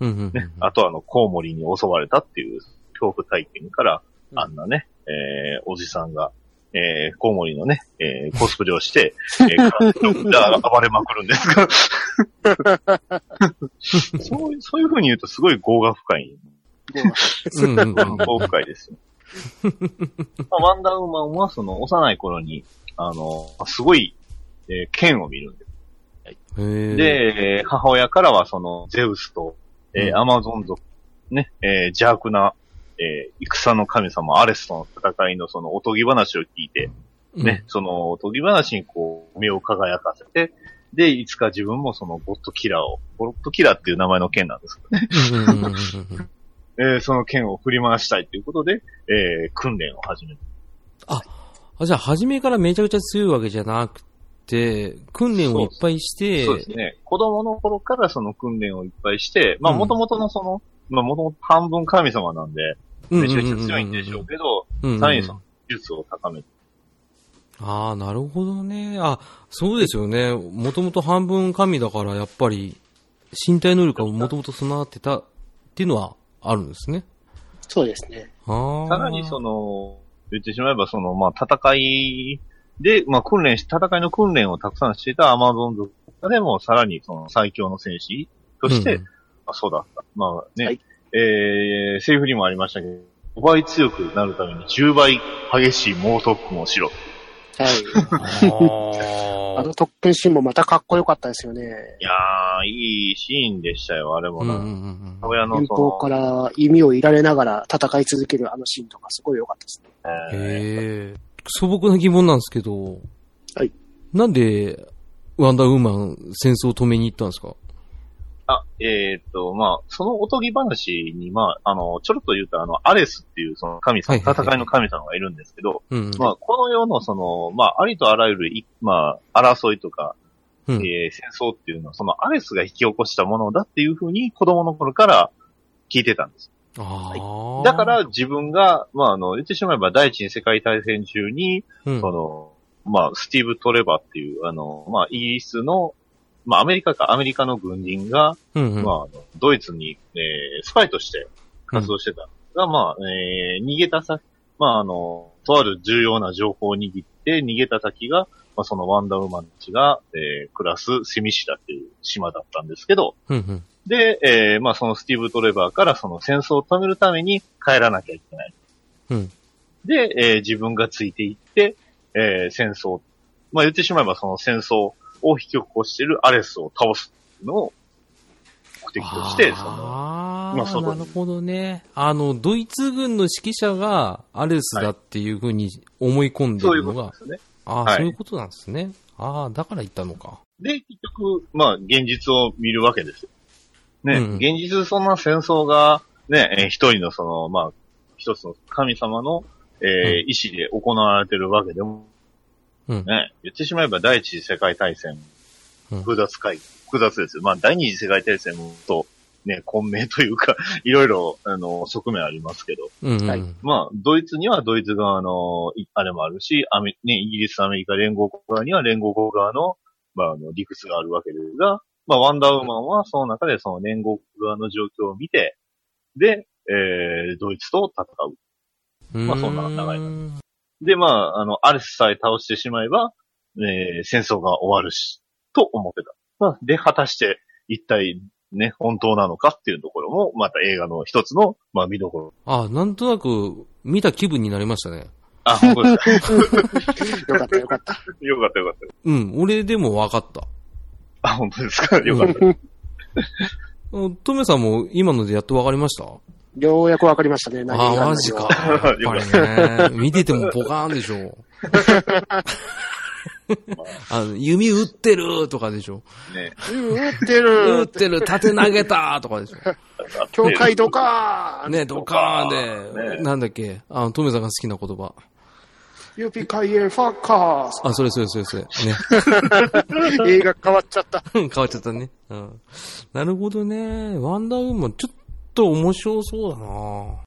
うんうんうん。 あとはあの、コウモリに襲われたっていう恐怖体験から、うんあんなね、えー、おじさんが、えー、コウモリのね、えー、コスプレをして、えー、体の裏が暴れまくるんで すが、そうそういう風に言うとすごい業が深い。うんうんうん豪華い ですよ。まあワンダーウーマンはその幼い頃に、あの、すごい、えー剣を見るんです。へー、で、えー母親からはそのゼウスと、えーうんアマゾン族、ね、えー邪悪な、えー戦の神様アレスとの戦いのそのおとぎ話を聞いて、うんね、。そのおとぎ話にこう、目を輝かせて、で、いつか自分もそのゴッドキラーを、ゴッドキラーっていう名前の剣なんですけどね、うんうんうんうんうんえーその剣を振り回したいということで、えー訓練を始めあ、じゃあ、初めからめちゃくちゃ強いわけじゃなくって、訓練をいっぱいして、そうですね。子供の頃からその訓練をいっぱいして、まあうん元々のその、まあ元々半分神様なんで、うんうんめうんちうゃんくちゃ強いんでしょうけど、うんうんさらにその技術を高めて、ああ、なるほどね。あ、そうですよね。もともと半分神だから、やっぱり、身体能力がもともと備わってたっていうのはあるんですね。 そうですね。ああ。さらにその、言ってしまえばその、まあ戦いで、まあ訓練し、戦いの訓練をたくさんしていたアマゾン族でも、さらにその最強の戦士として、うんまあ、そうだった。まあね、はいえー、セリフにもありましたけど、5倍強くなるために10倍激しい猛特訓をしろ。はい。ああの特訓シーンもまたかっこよかったですよね。いやー、いいシーンでしたよ、あれあ。もうんうな。んうんうん。親の遠方そから弓をいられながら戦い続けるあのシーンとかすごい良かったですね。の、えーへえ。素朴な疑問なんですけど。はい。なんで、ワンダーウーマン戦争を止めに行ったんですかあ、えーっと、まあ、そのおとぎ話に、まあ、あの、ちょろっと言うと、あの、アレスっていう、その神は様、いはいはい戦いの神様がいるんですけど、うん。まあ、この世の、その、まあ、ありとあらゆるい、まあ、争いとか、うんえー戦争っていうのは、そのアレスが引き起こしたものだっていうふうに、子供の頃から聞いてたんです。ああ。だか、ら、自分が、まあ、あの、言ってしまえば、第一次世界大戦中に、うん。その、まあ、スティーブ・トレバーっていう、あの、まあ、イギリスの、まあ、アメリカか、アメリカの軍人が、うんうんまああの、ドイツに、えースパイとして活動してた。が、まあ、えー逃げた先、まあ、あの、とある重要な情報を握って、逃げた先が、まあ、そのワンダーウーマンたちが、えー暮らすセミシダっていう島だったんですけど、うんうん。で、えーまあ、そのスティーブ・トレバーからその戦争を止めるために帰らなきゃいけない。うんで、えー自分がついていって、えー戦争、まあ、言ってしまえばその戦争を引き起こしているアレスを倒すのを目的として、その、ああ、まあそなこにるほどね。あの、ドイツ軍の指揮者がアレスだっていうふうに思い込んでそういるうこのが、とですね。ああ、はいそういうことなんですね。ああ、だから言ったのか。で、結局、まあ、現実を見るわけですよ。ね、うん現実そんな戦争が、ね、えー一人のその、まあ、一つの神様の、えー意志で行われてるわけでも、うん。ね、言ってしまえば第一次世界大戦、うん複雑会、複雑ですよ。まあ、第二次世界大戦もと、ね、混迷というか、 いろいろ、あの、側面ありますけど、うん、うん。はいまあ、ドイツにはドイツ側の、いあれもあるし、アメね、イギリス、アメリカ、連合国側には連合国側の、まあ、あの、理屈があるわけですが、まあ、ワンダーウーマンはその中でその連合国側の状況を見て、で、えー、ドイツと戦う。まあそんな流れうんで、まあ、あの、アレスさえ倒してしまえば、えー、戦争が終わるし、と思ってた。まあ、で、果たして、一体、ね、本当なのかっていうところも、また映画の一つの、まあ、見どころ。ああ、なんとなく、見た気分になりましたね。あ、本当です か。よかったよかった。 よかったよかった。うん、俺でも分かった。あ、本当ですか。よかった。うんトメさんも今のでやっと分かりましたようやくわかりましたね。何あがあ、何マ ジかを。。やっぱりね。見ててもポカーンでしょ。 あの弓打ってるとかでしょ。ね。うん打って打 っるてる、縦投げたとかでし ょ。教会ドカーンね、ドカーンで、ねなんだっけ、あの、トメさんが好きな言葉。ユピカイエファッカあ、それそれそれそれ。ね。 ーズ映画変わっちゃった。変わっちゃったね。うん。なるほどね。ワンダーウーマン、ちょっと面白そうだな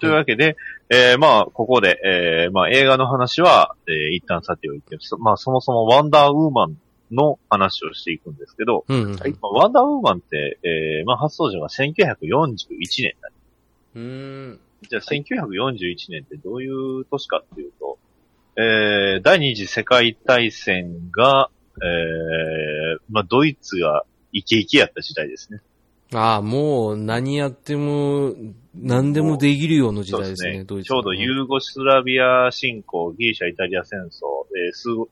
というわけで、えー、まあ、ここで、えー、まあ、映画の話は、えー、一旦さておいて、そまあ、そもそもワンダーウーマンの話をしていくんですけど、うんうん。はいまあ、ワンダーウーマンって、えー、まあ、発想時は1941年。うーん。じゃあ、1941年ってどういう年かっていうと、えー、第二次世界大戦が、えー、まあ、ドイツがイケイケやった時代ですね。ああ、もう何やっても、何でもできるような時代ですね、ドイツちょうどユーゴスラビア侵攻、ギリシャ、イタリア戦争、えー数、も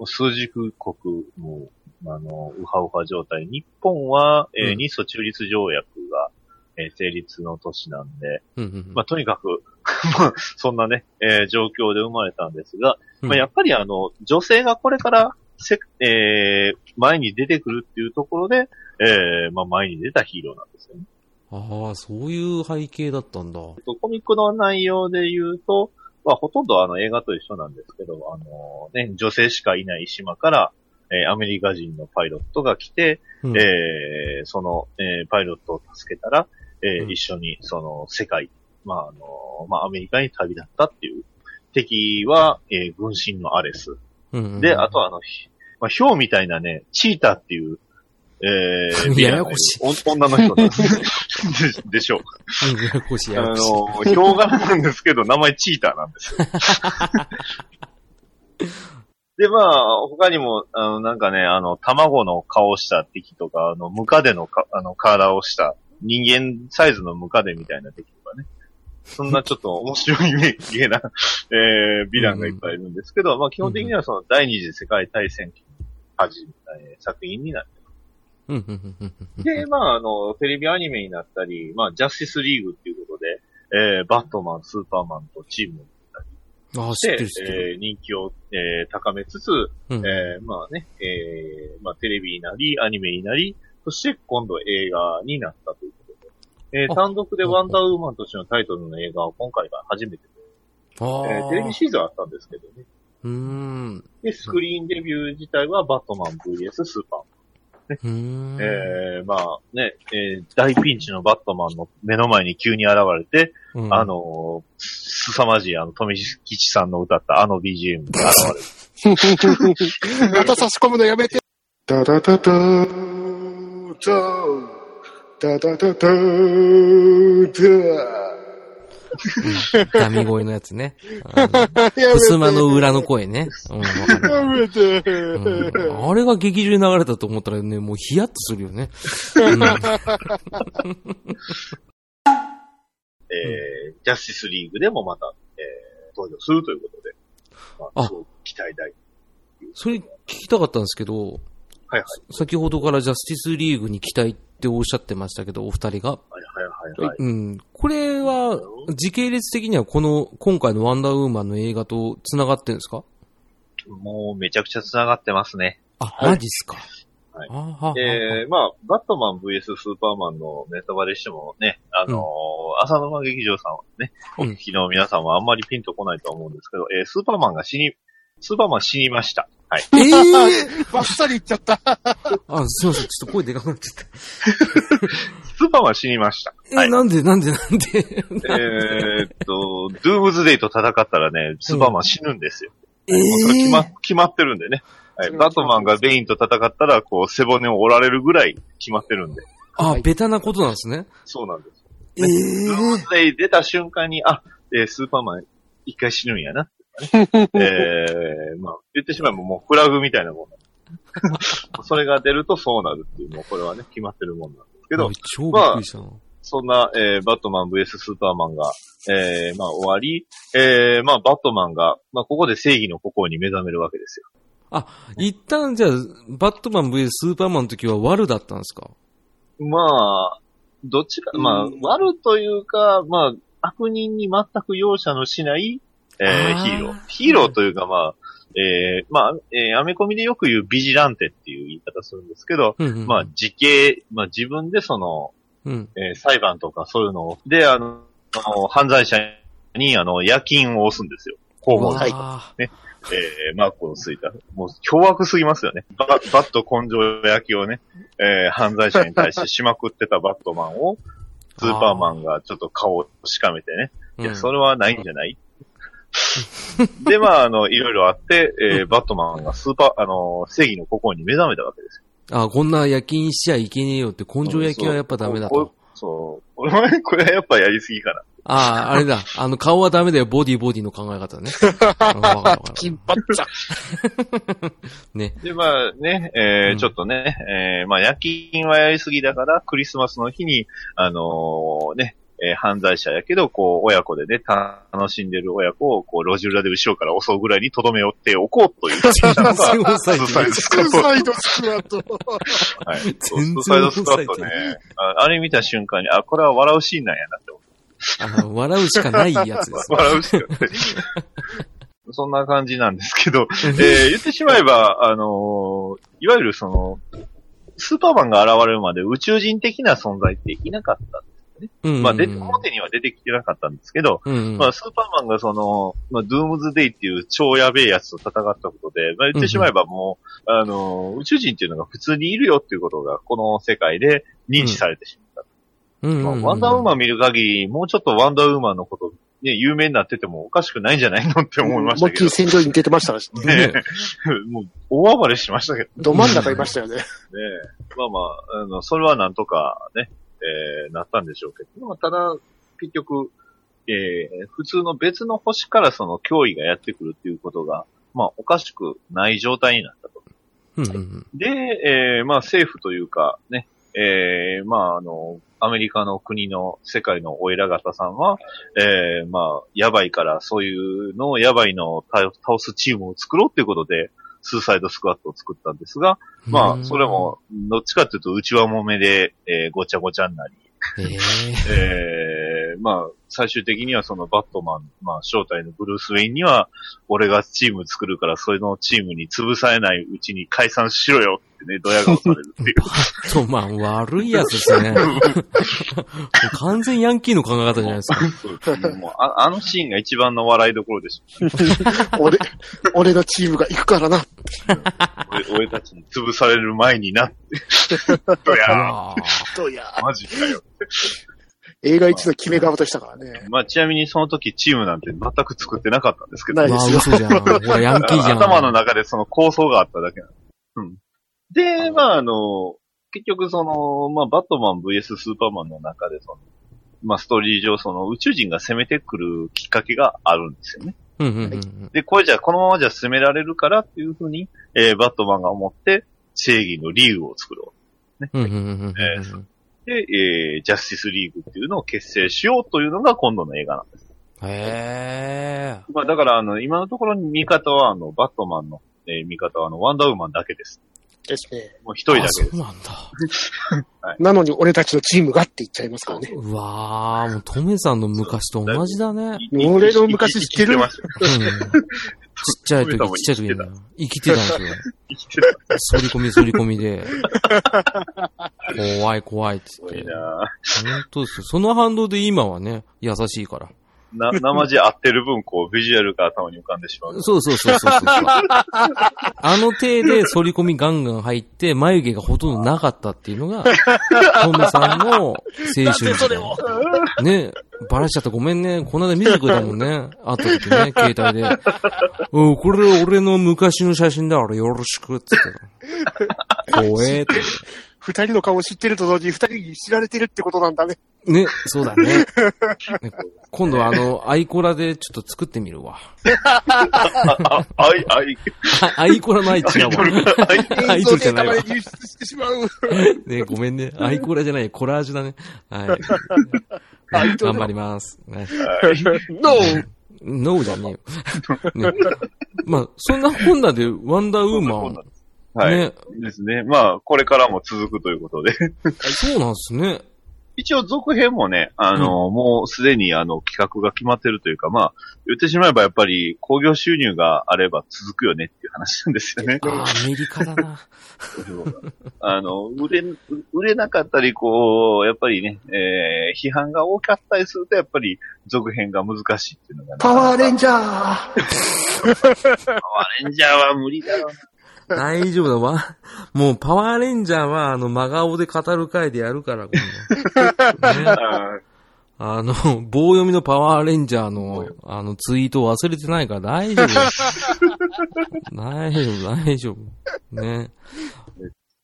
う数軸国も、あの、ウハウハ状態。日本は、えーうん日ソ中立条約が、えー成立の年なんで、うんうんうんまあ、とにかく、 まあそんなね、えー状況で生まれたんですが、うんまあ、やっぱりあの、女性がこれから、せ、えー前に出てくるっていうところで、えーまあ、前に出たヒーローなんですよね。ああ、そういう背景だったんだ。コミックの内容で言うと、まあ、ほとんどあの映画と一緒なんですけど、あのね、女性しかいない島から、えーアメリカ人のパイロットが来て、うんえーその、えーパイロットを助けたら、えーうん一緒に、その、世界、まあ、あの、まあ、アメリカに旅立ったっていう。敵は、えー軍神のアレス。うんうんで、あとはあの、ひまあ、ヒョウみたいなね、チーターっていう、え ー、ややこしいお女の人な んですででしょう。うんややこしいやあやのこしい、ヒョウ柄なんですけど、名前チーターな んですよ。で、まあ、他にも、あの、なんかね、あの、卵の顔した敵とか、あの、ムカデのか、あの、体をした、人間サイズのムカデみたいな敵とかね。そんなちょっと面白いね、げな、 えー、ヴィランがいっぱいいるんですけど、まあ、基本的にはその、第二次世界大戦期に始めた、えー作品になる。うんうんうんうんうんうんで、まあ、あの、テレビアニメになったり、まあ、ジャスティスリーグっていうことで、えー、バットマン、スーパーマンとチームをああ、し知っててる知ってる。えー人気を、えー高めつつ、うんえーまあね、えーまあ、テレビになり、アニメになり、そして今度映画になったということで、えーあ単独でワンダーウーマンとしてのタイトルの映画を今回が初めてで、ああえーテレビシーズンはあったんですけどね。うーん。うで、スクリーンデビュー自体はバットマン VS スーパーマン。ーん。えーまあね、えー大ピンチのバットマンの目の前に急に現れて、うんあ、のー、すさまじいあの、富吉さんの歌ったあの BGM が現れる。また差し込むのやめて。ダダダダダダダダダダダミ声のやつ ね。あやのめて。襖の裏の声ね。うん、わかる。やめて。うんあれが劇中に流れたと思ったらね、もうヒヤッとするよね。うんえージャスティスリーグでもまた、えー登場するということで、まあ、あすごく期待大。それ聞きたかったんですけど、はいはい。先ほどからジャスティスリーグに期待っておっしゃってましたけど、お二人が。はいはいはいはい。うん。これは、時系列的にはこの、今回のワンダーウーマンの映画と繋がってるんですかもうめちゃくちゃ繋がってますね。あ、いマジっすか。はいあははえー、まあ、バットマン VS スーパーマンのネタバレしてもね、あのー浅沼劇場さんはね、うおん聞きの皆さんはあんまりピンとこないと思うんですけど、えースーパーマンが死に、スーパーマン死にました。はい。えーばっさり言っちゃった。あ、すいません。ちょっと声でかくなっちゃった。スーパーマン死にました。え、はい。なんでなんでなんでえーっと、ドゥームズデイと戦ったらね、スーパーマン死ぬんですよ。えもうそれ決ーま決まってるんでね。はい、それはバッ決まってますトマンがベインと戦ったら、こう、背骨を折られるぐらい決まってるんで。あ、ベタなことなんですね。そうなんです。えドゥームズデイ出た瞬間に、あ、えースーパーマン一回死ぬんやな。ねえー、まあ、言ってしまえばもうフラグみたいなもの。 それが出るとそうなるっていう、もうこれはね、決まってるもんなんですけど俺、超びっくりしたな。そんな、えーバットマン VS スーパーマンが、えー、まあ終わり、えー、まあバットマンが、まあここで正義の心に目覚めるわけですよ。一旦じゃあ、バットマン VS スーパーマンの時は悪だったんですかまあ、どっちか、まあうん、悪というか、まあ、悪人に全く容赦のしない、えーあーヒーロー。ヒーローというか、まあ、えーまあ、えーアメコミでよく言うビジランテっていう言い方するんですけど、うんうん。まあ、自警、まあ、自分でその、うん。えー裁判とかそういうのを、で、あの、あの犯罪者に、あの、夜勤を押すんですよ。う交わ互ーに。えー、マークをついた。もう、凶悪すぎますよね。ババット根性焼きをね、えー、犯罪者に対してしまくってたバットマン を、スーパーマンがちょっと顔をしかめてね。いや、それはないんじゃない、 で、まあ、あの、いろいろあって、えー、バットマンがスーパー、あの、正義の心に目覚めたわけですよ。あ、こんな夜勤しちゃいけねえよって、根性焼きはやっぱダメだそうと。。そう。俺、これはやっぱやりすぎかな。ああ、あれだ。あの、顔はダメだよ。ボディボディの考え 方ね。うんわかるわかる金髪ちゃん。ね。で、まあね、えーうんちょっとね、えーまあ夜勤はやりすぎだから、クリスマスの日に、あのーね、えー犯罪者やけど、こう、親子でね、楽しんでる親子を、こう、路地裏で後ろから襲うぐらいにとどめをっておこうという。全然ス抑えてない。スサクワット。イドスクワット。はい。そう全然スーサイドスクワット抑ね。ああれ見た瞬間に、あ、これは笑うシーンなんやなって思ってあの笑うしかないやつです。笑うシーンだ って。そんな感じなんですけど、えー言ってしまえば、あのーいわゆるその、スーパーマンが現れるまで宇宙人的な存在っていなかった。ね。うんまあ、出て、表には出てきてなかったんですけど、うんうんまあ、スーパーマンがその、まあ、ドゥームズデイっていう超やべえやつと戦ったことで、まあ、言ってしまえばもう、あの、宇宙人っていうのが普通にいるよっていうことが、この世界で認知されてしまっうんうんた。まあうんワンダーウーマン見る限り、もうちょっとワンダーウーマンのこと、ね、有名になっててもおかしくないんじゃないのって思いました思いっけきどり、戦場に出てましたし、ねね もう大暴れしましたけどね。ど真ん中いましたよね。まあまあ、あの、それはなんとかね、えー、なったんでしょうけど、まあ、ただ、結局、えー、普通の別の星からその脅威がやってくるっていうことが、まあ、おかしくない状態になったと。うんうんで、えー、まあ、政府というか、ね、えー、まあ、あの、アメリカの国の世界のお偉方さんは、えー、まあ、ヤバいから、そういうのをヤバいのを倒倒すチームを作ろうっていうことで、スーサイドスクワットを作ったんですが、うまあ、んそれ。も、どっちかというと、うちはもめで、えーごちゃごちゃになり、へええーまあ、最終的にはそのバットマン、まあ、正体のブルース・ウェインには、俺がチーム作るから、それのチームに潰されないうちに解散しろよってね、ドヤ顔されるっていう。バットマン悪いやつです ね。完全ヤンキーの考え方じゃないですか。もうああのシーンが一番の笑いどころでしょ。俺、俺のチームが行くからな。俺俺たちに潰される前になって。ドいやヤどうや。ーマジかよ。映画一の決め顔としたからね。まあ、ちなみにその時チームなんて全く作ってなかったんですけどないーまあですよ嘘じゃん。ほら、ヤンキーじゃん。頭の中でその構想があっただけなの。うん。で、まああの、結局その、まあバットマン VS スーパーマンの中でその、まあストーリー上その宇宙人が攻めてくるきっかけがあるんですよね。うんうんうんで、これじゃこのままじゃ進められるからっていうふうに、えーバットマンが思って正義のリーグを作ろうん。うんうんうんうんえう。で、えージャスティスリーグっていうのを結成しようというのが今度の映画なんです。へまあだからあの、今のところ見方はあの、バットマンの、えー見方はあの、ワンダーウーマンだけです。ですね。もう一え。人だあ、けそうなんだ。なのに俺たちのチームがって言っちゃいますからね。うわー、もうトメさんの昔と同じだね。俺の昔知ってる生きてうんちっちゃい時、ちっちゃい時にな生きてたんですよ。生きてる。反り込み反り込みで。怖い怖いっつすごってい。な本当ですよ。その反動で今はね、優しいから。な、生地合ってる分、こう、ビジュアルが頭に浮かんでしまう。そうそうそうそう そう。あの手で反り込みガンガン入って、眉毛がほとんどなかったっていうの が、トムさんの青春時代。ね、バラしちゃったごめんね。この間見てくれたもんね。あった時ね、携帯で。うん、これ俺の昔の写真だからよろしく、つって。怖えって。二人の顔を知ってると同時に二人に知られてるってことなん だね。ね、そうだね。ね今度はあの、アイコラでちょっと作ってみるわ。あ、あ、あい、あい、あ アイコラの愛知アイだドもん。ルが、あい、アイドルじゃないわ映像データまで流出してしまう。ね、ごめん ね。アイコラじゃない、コラージュだね。はい。アイコラ頑張ります。ね ノーノーじゃねえよ。ね、まあ、そんなこんなで、ワンダーウーマン。はい、ね、 ですね。まあ、これからも続くということで。そうなんですね。一応、続編もね、あの、もうすでに、あの、企画が決まってるというか、まあ、言ってしまえば、やっぱり、興行収入があれば続くよねっていう話なんですよね。あーアメリカだな。あの、売れ、売れなかったり、こう、やっぱりね、えー批判が大きかったりすると、やっぱり続編が難しいっていうのが、ね、パワーレンジジャーャー。パワーレンジャーは無理だろうな。大丈夫だわ。もう、パワーレンジャーは、あの、真顔で語る回でやるから、今度ねあーあの、棒読みのパワーレンジャーの、あの、ツイートを忘れてないから大丈夫。大丈夫、大丈夫。ね。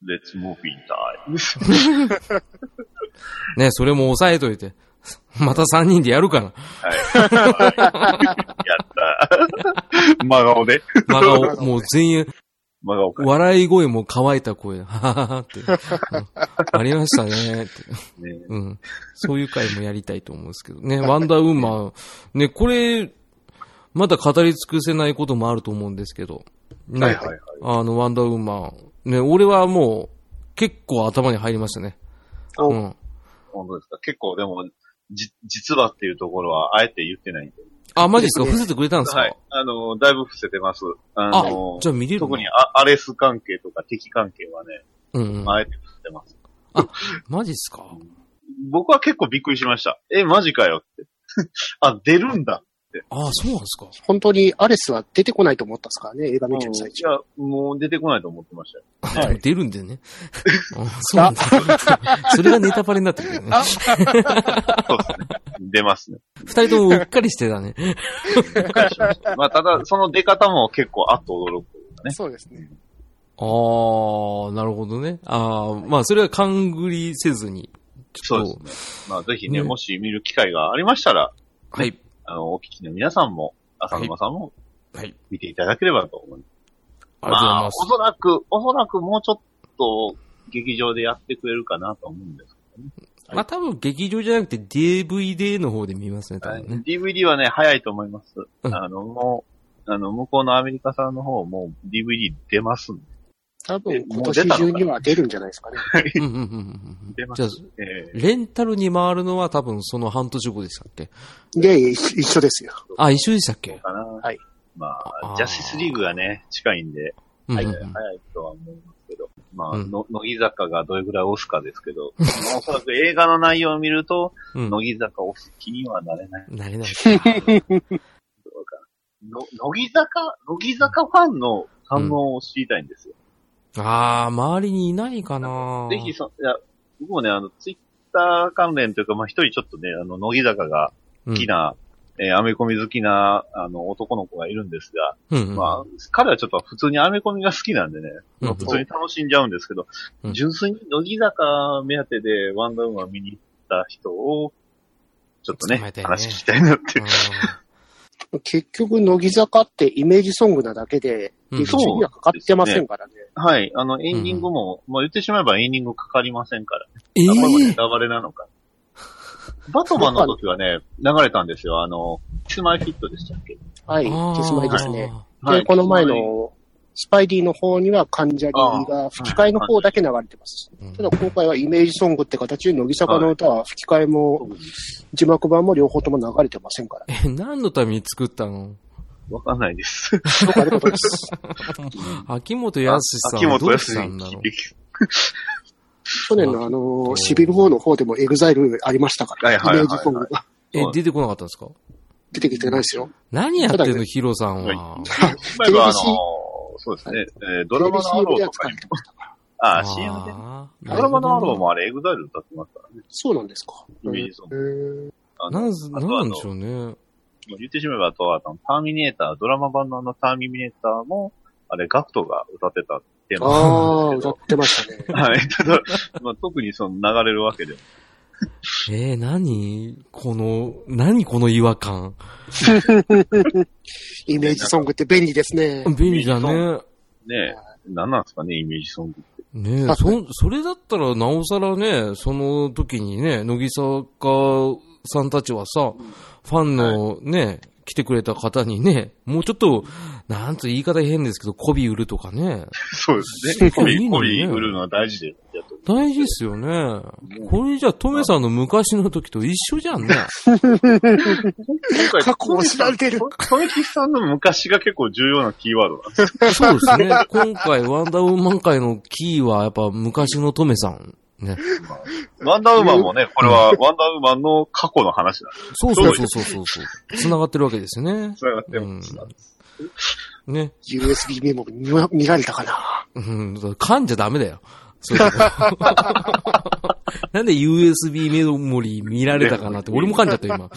Let's move in time. ね、それも抑えといて。また3人でやるから。やった。真顔で。真顔、もう全員、真顔か。笑い声も乾いた声、ははははって。うんありましたねって。ね、うん。そういう回もやりたいと思うんですけどね。ワンダーウー マン、ね、これ、まだ語り尽くせないこともあると思うんですけど。ね、はいはいはい。あの、ワンダーウーマン。ね、俺はもう、結構頭に入りましたね。おうん。本当ですか。結構、でも、じ、実はっていうところは、あえて言ってないんで。あ、マジですか伏せてくれたんですか、はい。あの、だいぶ伏せてます。ああの、、じゃあ見れるの特にアアレス関係とか敵関係はね、うん、うん。あえて伏せてます。マジっすか僕は結構びっくりしました。え、マジかよって。 あ、出るんだ。ああ、そうなんですか。本当にアレスは出てこないと思ったっすからね、映画見てる最い中。や、もう出てこないと思ってましたよ。でも出るんで ね。ああそうなんだ。それがネタバレになってるけどね。そうですね。出ますね。二人ともうっかりしてたね。びっくりしました。まあ、ただ、その出方も結構あっと驚く。ねそうですね。ああ、なるほどね。ああ、まあそれは勘ぐりせずに。ちそょうっでとすね。まあ、ぜひね、ねもし見る機会がありましたら、はい。あの、お聞きの皆さんも、浅沼さんもはい。見ていただければと思います。ありがとうございますお。そらく、おそらくもうちょっと劇場でやってくれるかなと思うんですはいまあ多分劇場じゃなくて DVD の方で見ますね、多はい分ね。DVD はね、早いと思います。うんあの、もう、あの、向こうのアメリカさんの方もう DVD 出ますんで。多え分も今う出年たのかな中には出るんじゃないですかね。うんうんうんうん出うんまじゃあす、。えレンタルに回るのは多分その半年後でしたっけいやいや、一一緒ですよ。あ、一緒でしたっー、けかな。はい。まああ、ージャスティスリーグがね、近いんで、うんう早んい、う早んいとは思いますけど、まあ、うんの乃木坂がどれぐらい押すかですけど、まあおそらく映画の内容を見ると、うん。乃木坂押す気にはなれないなれない。とかの乃木坂、乃木坂ファンの反応を知りたいんですよ。ああ、周りにいないかなぜひそ、いや、僕もね、あの、ツイッター関連というか、まあ、一人ちょっとね、あの、乃木坂が好きな、えーアメコミ好きな、あの、男の子がいるんですが、うん、うんうん。まあ、彼はちょっと普通にアメコミが好きなんでね、うん まあ普通に楽しんじゃうんですけど、うん純粋に乃木坂目当てでワンダーウーマン見に行った人を、ちょっとね、捕まえたいね話聞きたいなって。 結局、乃木坂ってイメージソングなだけで、うん劇中にはかかってませんからね。はい、あの、エンディングも、まあ言ってしまえばエンディングかかりませんから、ええあこれもネタバレなのか。バトマンの時はね、流れたんですよ。あの、キスマイフィットでしたっけはい、キあースマイですね。はで、いこの前のスパイディの方には関ジャニが吹き替えの方だけ流れてます。うんただ今回はイメージソングって形で乃木坂の歌は吹き替えも字幕版も両方とも流れてません から。え、何のために作ったのわかんないです。どうかあることです。秋元康さん秋はど元う康したんだにろう聞いてき去年のあの、シビルウォーの方でもエグザイルありましたから、はいはいはいはイいメージソングがえ、出てこなかったんですか出てきてないですよ。何やってんの、ヒロさんはは。まあやっぱあ TBC のそうですね、えードラマのアローとかにも、ああ、CM でね。あードラマのアローもあれ、エグザイル歌ってますからね。そうなんですか。イメージソング。グ。あなのんす、なんなんでしょうね。言ってしまえば、あとは、あのターミネーター、ドラマ版のあのターミネーターも、あれ、ガクトが歌ってたテーマああー、なんです歌けどってましたね。はい。 ただ、まあ、特にその流れるわけではえー、何この、何この違和感。イメージソングって便利ですね。便利だね。ねえ、なんなんですかね、イメージソング って。ねえ、そ、それだったらなおさらね、その時にね、乃木坂さんたちはさ、ファンのね、来てくれた方にね、もうちょっと、なんと言い方変ですけど、媚び売るとかね。そうですね。コいビ、いコのにビね売るのは大事で やと思大事ですよね。これじゃ、トメさんの昔の時と一緒じゃん ね。う。今回、過去を知られてるトトメキさんの昔が結構重要なキーワード そなんです。うですね。今回、ワンダーウーマン会のキーは、やっぱ昔のトメさん。ね。ワンダーウーマンもね、これはワンダーウーマンの過去の話なんです。そうそうそうそうそうそう。繋がってるわけですね。繋がってます。ね。 USB メモに見ま見られたかな。うん、噛んじゃダメだよ。そう いうとこなんで USB メモリー見られたかなって、俺も噛んじゃったよ、今。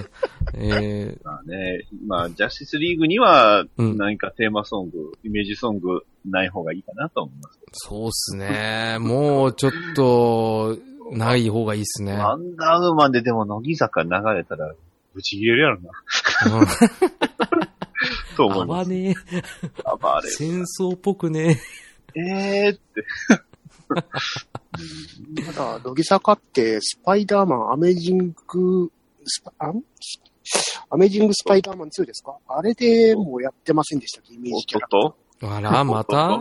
ね。えー、まあね、まあ、ジャスティスリーグには、うん何かテーマソング、イメージソングない方がいいかなと思いますけそうっすね。もうちょっと、ない方がいいっすね。ど。うワンダーウーマンででも乃木坂流れたら、ぶち切れるやろな、んと思合 いまわす。ねえ。あばあれ。戦争っぽく ねえーって。ただ、乃木坂って、スパイダーマン、アメージング、スパ、あんアメージングスパイダーマン2ですかあれでもうやってませんでしたっけイメーおっジキャとっラ。とえ。あら、またあは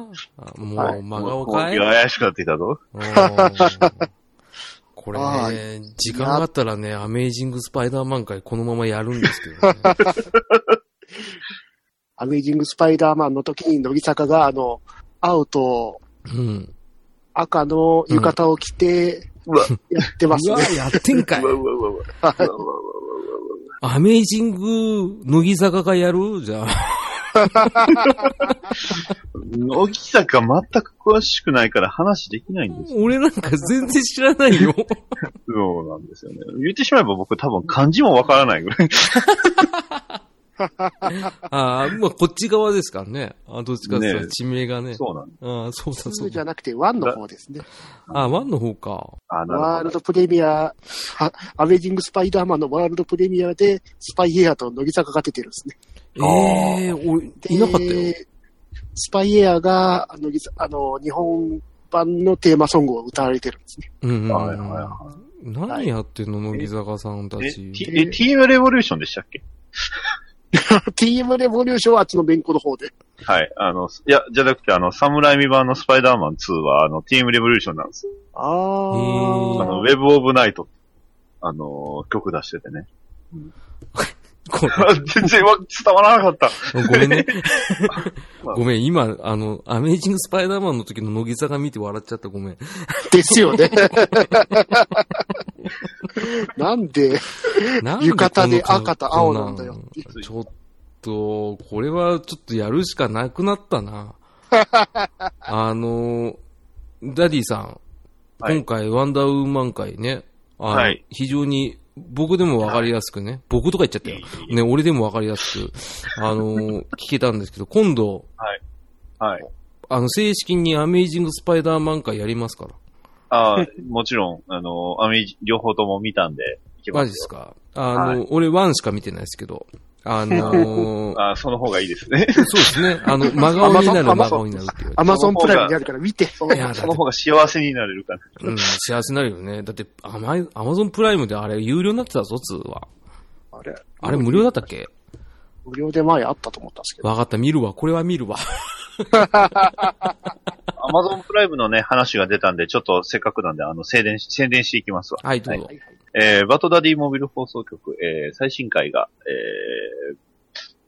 もう、い真顔もうかい攻撃が怪しくなってき たぞ。うんこれああね、時間があったらね、アメイジングスパイダーマン会このままやるんですけどね。アメージングスパイダーマンの時に乃木坂が、あの、青とうん。赤の浴衣を着て、うわ、やってますうわね。、やってん かいうわ、。うわ、うわ、うわ、うわ、うわ、うわ、うわ、アメイジング、乃木坂がやるじゃあ。乃木坂全く詳しくないから話できないんですよ。俺なんか全然知らない よ。そうなんですよね。言ってしまえば僕多分漢字もわからないぐらい。ああ、まあこっち側ですからね。あどっちかっていうねえと地名がね。そうなんです。ああ、そうだそ2うじだ。ゃなくて1の方ですね。あワンの方か。あ、なワーるルほドど。プレミア、はアメージングスパイダーマンのワールドプレミアで、スパイエアと乃木坂が出てるんですね。ええおいでいなかったよ。スパイエアが、あの、ぎあの日本版のテーマソングを歌われてるんですね。うんうんうんはいはいは何やってんの、乃木坂さんたえ、ち。 T- え TM レボリューションでしたっけ TM レボリューションはあっちの弁護の方で。はい。あの、いや、じゃなくて、あの、サムライミ版のスパイダーマン2は、あの、TM レボリューションなんですよ。あーあの、ウー。ェブオブナイト、あの、曲出しててね。 こ全然わ伝わらなかった。 ごめんね。ごめん、今、あの、アメイジングスパイダーマンの時の乃木坂見て笑っちゃった、ごめん。ですよ ね。なんで、なんでこの浴衣で格好赤と青なんだよなのちょっと、これはちょっとやるしかなくなっ たな。あの、ダディさん、はい今回ワンダーウーマン会ね、あのはい非常に僕でもわかりやすくね、僕とか言っちゃったよ。ね、俺でもわかりやすく、あの、聞けたんですけど、今度、はい。あの、正式にアメイジングスパイダーマン会やりますから。ああ、もちろん、あの、アメージ、両方とも見たんで、行きマまジですすよ。かあの、は俺ワンしか見てないですけど、あ のああ、その方がいいです ね。そうですね。あの、真顔になる、 Amazon- 真顔になるって言わアれて。マゾンプライムにあるから見て。そいやだのってその方が幸せになれる かな。うん、幸せになるよね。だって、アマアマゾンプライムであれ、有料になってたぞ、通は。あれ、あれ、無料だったっけ無料で前あったと思ったんですけど。わかった、見るわ。これは見るわ。アマゾンプライムのね、話が出たんで、ちょっとせっかくなんで、あの、宣伝し、宣伝していきますわ。はい、どうぞ。はいはいえー、バトダディモビル放送局、えー、最新回が、えー、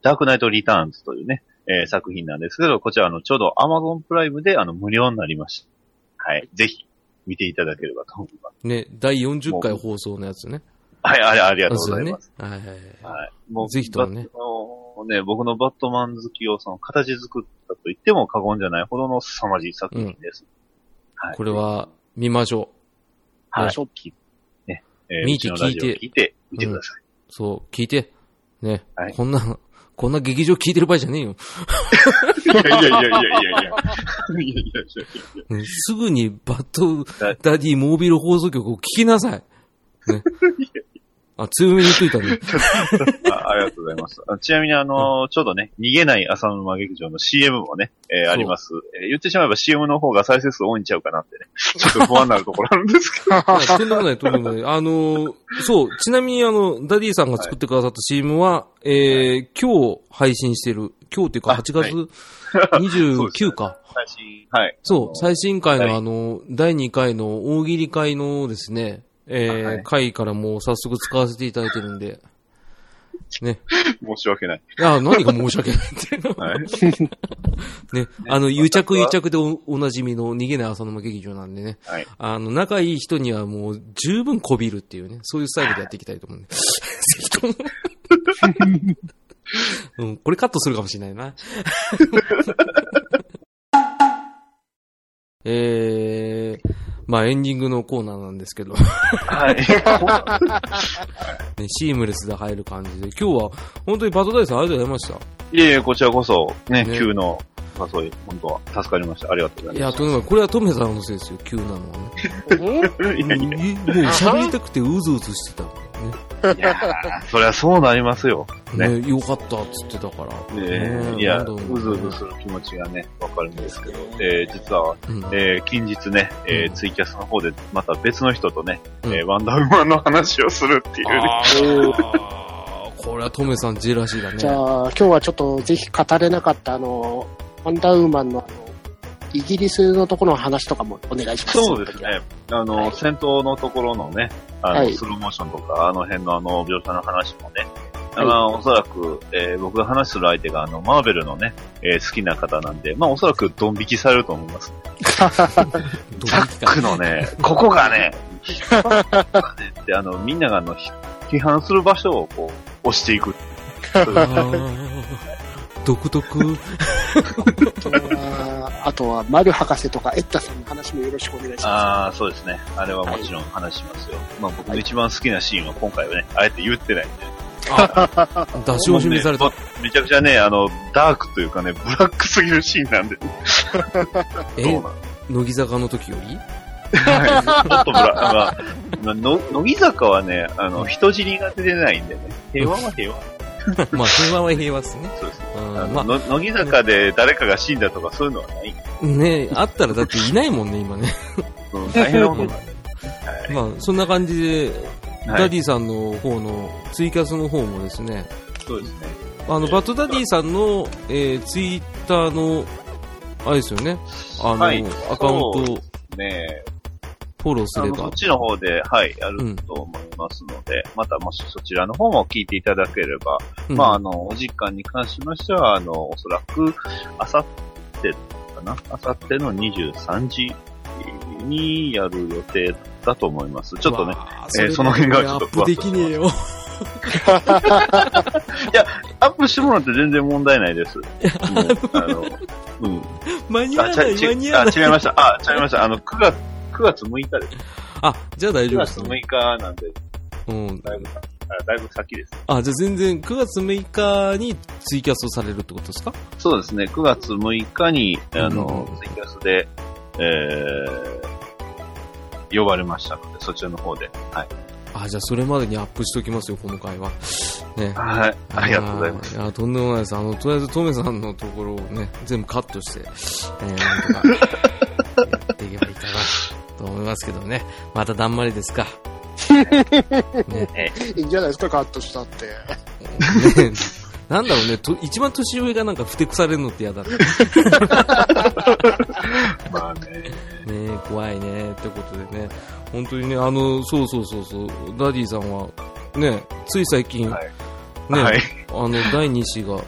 ダークナイトリターンズというね、えー、作品なんですけど、こちらあの、ちょうど Amazon プライムであの、無料になりました。はい。ぜひ、見ていただければと思います。ね、第40回放送のやつね。はい、あれ、ありがとでうごすざよいねます。。はいはいはい。はい。もぜひともね。バあのね、僕のバットマン好きをその形作ったと言っても過言じゃないほどの凄まじい作品です。はい。これ、は、見ましょははいい。ね、えー、見見てて聞いて。聞いて聞いて、見てください。う。そう、聞いて。ねはい、こんな、こんな劇場聞いてる場合じゃねえよ。いやいやい やいやいやいや。いやいやいやうんすぐにバッドだダディモービル放送局を聞きなさい。 ね。あ、強めに言っといたね。あありがとうございます。あちなみにあのーちょうどね、逃げない浅沼劇場の CM もね、えーそうあります、えー言ってしまえば CM の方が再生数多いんちゃうかなってね、ちょっと不安になるところあるんですけど。いやとんでもない、とんで もない。あのー、そう、ちなみにあの、ダディさんが作ってくださった CM は、えー、今日配信してる。今日っていうかあ8月29か。 最新、はい。そう、最新回はのいあの、第2回の大喜利会のですね、はえー、い会からもう早速使わせていただいてるんで。ね。申し訳ない。いや、何が申し訳ないっていうのはい。ね、あの、癒着癒着でおおなじみの逃げない浅沼劇場なんでね。はいあの、仲いい人にはもう十分こびるっていうね、そういうスタイルでやっていきたいと思うんで。 ぜひとも。 うん、これカットするかもしれないな。 えー、まあエンディングのコーナーなんですけど、 ね、はい。シームレスで入る感じで、今日は本当にバトダイさんありがとうございましいえいえ、こちらこそ、ね、ね急のお誘い、本当は助かりました。ありがとうごた。ざいいまや、とにかくこれはトメさんのせいですよ、急なのはね。す。いうんもうやいやい喋りたくてうずうずしてた。や、いやそりゃそうなりますよ。ね。ね、よかったっつってたから。ねねいや、どんどんうずうずする気持ちがね、わかるんですけど、えー実は、うんえー近日ね、えーツイキャスの方で、また別の人とね、うんえーワンダーウーマンの話をするっていうね。あーこれはトメさんジェラシーだじゃね。あ、今日はちょっとぜひ語れなかった、あの、ワンダーウーマンの、あの、イギリスのところの話とかもお願いします。そうですね。あの、はい戦闘のところのね、あの、はいスローモーションとか、あの辺のあの、描写の話もね、あの、おそらく、えー僕が話する相手が、あの、マーベルのね、えー好きな方なんで、まあ、おそらくドン引きされると思います。ドキドザキッ感 クのね、ここがね、で、あの、みんながあの、ひ批判する場所をこう、押していく。あー独特。あとは、 あとは、丸博士とかエッタさんの話もよろしくお願いしまああ、そうですね。あれはもちろん話しますよ。まあ僕の一番好きなシーンは今回はね、あえて言ってないんで。あ出し惜しみされたもう。ねまめちゃくちゃね、あの、ダークというかね、ブラックすぎるシーンなんで。そうえな、の乃木坂の時より ちょっとブラ、まあ、の乃木坂はね、あの、人尻が出てないんでね。平和は平和。まあ、平和は平和ですね。そうですね。うんあのまの乃木坂で誰かが死んだとかそういうのはない。あ、ねあったらだっていないもんね、今ね。うん、大変 なことなんで。まあ、そんな感じで、はいダディさんの方の、ツイキャスの方もですね、そうですね。あの、えバッドダディさんの、えー、ツイッターの、あれですよね、あの、はいアカウントをねえフォローすあれのそばっ。ちの方で、はい、やると思いますので、またもしそちらの方も聞いていただければ、うんまあ、あの、お時間に関しましては、あの、おそらく、あさってかなあさっての23時にやる予定だと思います。ちょっとね、わあ、えーその辺がちょっとアップできねえよ。 アップしてもらって全然問題な いです。もうあの、うん。間に合わあ、ちなゃい、ち間に合わあない。違いました。あ、違いました。あの、9月、9月6日です。あ、じゃあ大9丈夫で月す、 6日なんで、うん。だいぶ、あだいぶ先です。あ、じゃあ全然、9月6日にツイキャスをされるってことですかそうですね、9月6日に、あのう、んツイキャスで、えー、呼ばれましたので、そちらの方で。はい。あ、じゃあそれまでにアップしときますよ、この回は。ね。はい。ありがとうございます。あー。いや、とんでもないです。あの、とりあえず、トメさんのところをね、全部カットして、えー、なんとか、やっていけばいいかな、と思いますけどね。まただんまりですか。ね。す。いいんじゃないですか、カットしたって。ねなんだろうね、と一番年上がなんかふてくされるのって嫌だね。まあね。ね怖いねってことでね。本当にね、あの、そうそうそうそう、ダディさんは、ね、つい最近、はい。ね、はい。あの、第2子が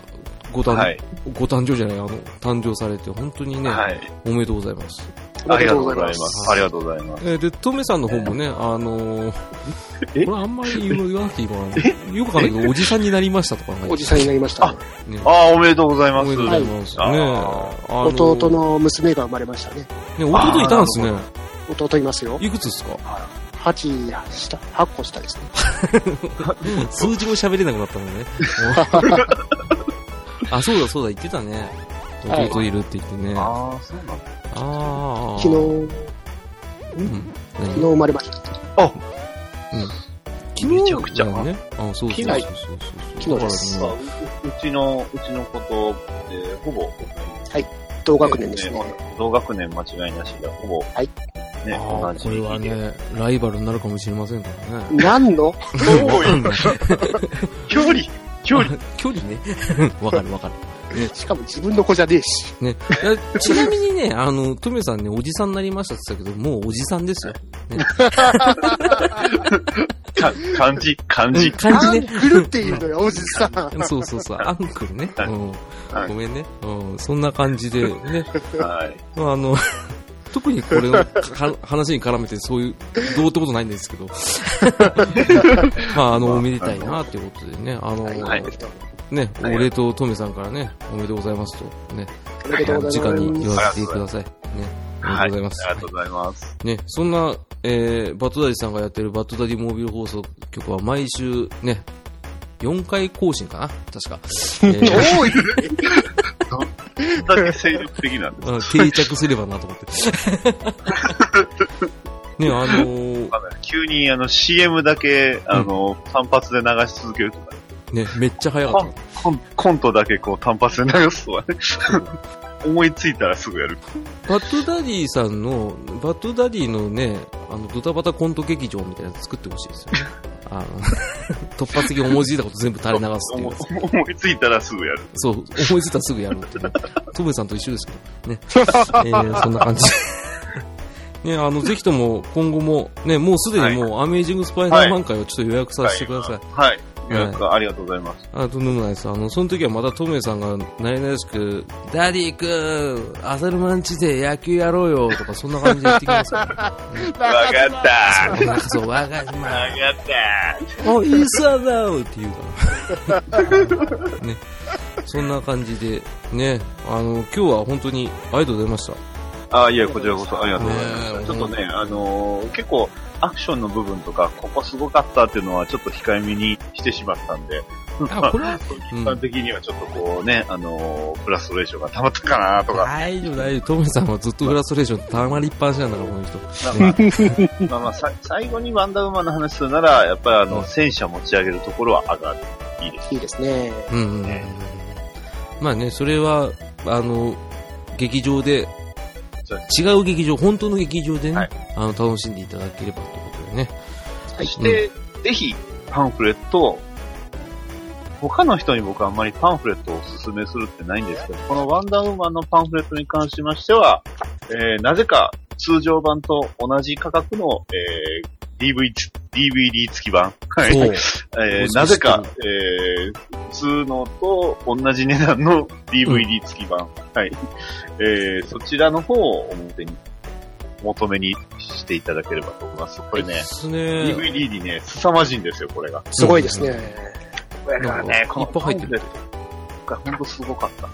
ご誕、はい。ご誕生じゃない、あの、誕生されて、本当にね、はい。おめでとうございます。ありがとうございます。あありりがとうございます。えーで、トメさんの方もね、あのー、えこれあんまり言う言わなくていいのかな。よくわかんないけど、おじさんになりましたとかね。おじさんになりました。ねああ、おめでとうございまおす。めでとうございます。ねはいあのー弟の娘が生まれましたね。ね、弟いたんですあーねな。弟いますよ。いくつですか8下、8個下ですね。数字も喋れなくなったもんね。 あ、そうだそうだ、言ってたね。はい弟いるって言ってね。あああ、そうなんだ。あ。昨日、うん。昨日何生まれました。昨めちゃくちゃだよね。あ、そうそうそうそうそう。昨日だでさあかううちの、うちのこと、えーほぼ、同学年ですね。。同学年間違いなしで、ほぼ、はい。らね。ね、ああ、同じ。これはね、ライバルになるかもしれませんからね。何のおい、 距距離距離距離ね。わかるわかる。しかも自分の子じゃねえし。ね、いやちなみにね、あの、トメさんね、おじさんになりましたって言ってたけど、もうおじさんですよ。か漢字漢字うん漢字ね。あん狂っているのよ、おじさん。そうそうそう、アンクルね。はいうんはいごめんね。うんそんな感じでね、はい。まああの、 特にこれのか話に絡めてそういう、どうってことないんですけど。 まあ、あの、おめでたいなっていうことでね、あの、はいね、お礼とトメさんからね、おめでとうございますと、ね、おめでとうござい直に言ます。わせてください。ね、あはりがとうございますありがとうございます。ね、そんな、えー、バッドダディさんがやってるバッドダディモービル放送局は毎週ね、4回更新かな確か。えー多いだけ精力的なんであ定着すればなと思って。 ね、あのーす。急にあの CM だけ、あの、単発で流し続けるとか、ね、めっちゃ早かっコンコントだけこう単発で流すとかね。 思いついたらすぐやる。た。バッドダディさんの、バッドダディのね、あの、ドタバタコント劇場みたいなの作ってほしいですよね。あの、突発的に思いついたこと全部垂れ流すっていう思。思いついたらすぐやる。そう、思いついたらすぐやるってね。トムさんと一緒ですけどね。えー、そんな感じ。 ね、あの、ぜひとも今後も、ね、もうすでにもう、アメージングスパイダーマン会をちょっと予約させてください。はい。予約ありがとうございます。あ、とんでもないです。あの、その時はまたトメさんが、なりなりしく、ダディ君、朝ルマンチで野球やろうよ、とか、そんな感じで言ってきますから。わかったなんかそう、わが まま。わかったお、いいさだよって言う から。ね。そんな感じで、ね、あの、今日は本当にありがとうございました。あ、いや、こちらこそありがとうございまねえす。ちょっとね、あのー結構、アクションの部分とか、ここすごかったっていうのは、ちょっと控えめにしてしまったんで、あ、これは、う一ん般的にはちょっとこうね、あのーフラストレーションが溜まったかなとか、大丈夫、大丈夫。トメさんはずっとフラストレーションたまりっぱなしなんだから、この人。なんか、 まあまあ、さ最後にワンダーウーマンの話するなら、やっぱりあうんの、戦車持ち上げるところは上がる。いいです。いいですね。うんうんうんうん。まあね、それは、あの、劇場で、そうで違う劇場、本当の劇場でね、はいあの、楽しんでいただければということでね。はいそして、ぜひ、パンフレットを、他の人に僕はあんまりパンフレットをおすすめするってないんですけど、このワンダーウーマンのパンフレットに関しましては、えー、なぜか通常版と同じ価格の、えー、DVD、DVD 付き版。はい。そうえーなぜか、えー、普通のと同じ値段の DVD 付き版。はい。えー、そちらの方を表に、求めにしていただければと思います。これね、ですね。 DVD にね、凄まじいんですよ、これが。すごいですね。これがねこのいっぱい入ってる。が本当すごかった。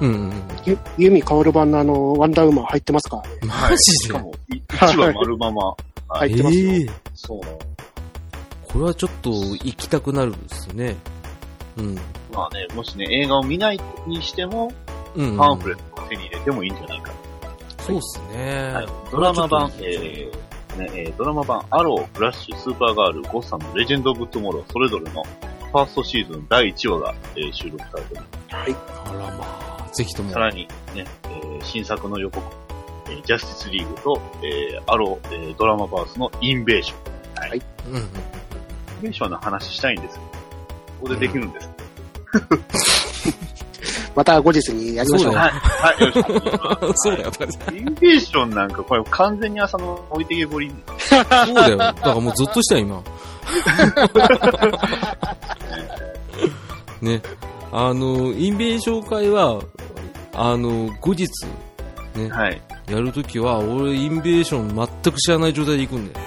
うんうんうん。ゆユミカオル版のあの、ワンダーウーマン入ってますからね。マジしでかも、い一話丸まま。入ってますよ。ええそうなこの。れはちょっと行きたくなるんですね。うん。まあね、もしね、映画を見ないにしても、うん、パンフレレットを手に入れてもいいんじゃないかそうですね、はい、ドラマ版、これはちょっとえーねえードラマ版、アロー、フラッシュ、スーパーガール、ゴッサム、レジェンド・オブ・トゥモロー、それぞれのファーストシーズン第1話が、えー収録されています。あらまあ、ぜひとも。さらに、ねえー新作の予告、えージャスティス・リーグと、えーアロー、えードラマバースのインベーション。うんうん。インベーションの話したいんですけどここでできるんですか、また後日にやりましょそうう。だはい。はい、よろしくお願いします。 そうだよ、そうインベーションなんか、これ完全に朝の置いてけぼり。だよ。だからもうずっとしたよ、今。 ね。あの、インベーション会は、あの、後日、ね、はい。やるときは、俺、インベーション全く知らない状態で行くんだよ。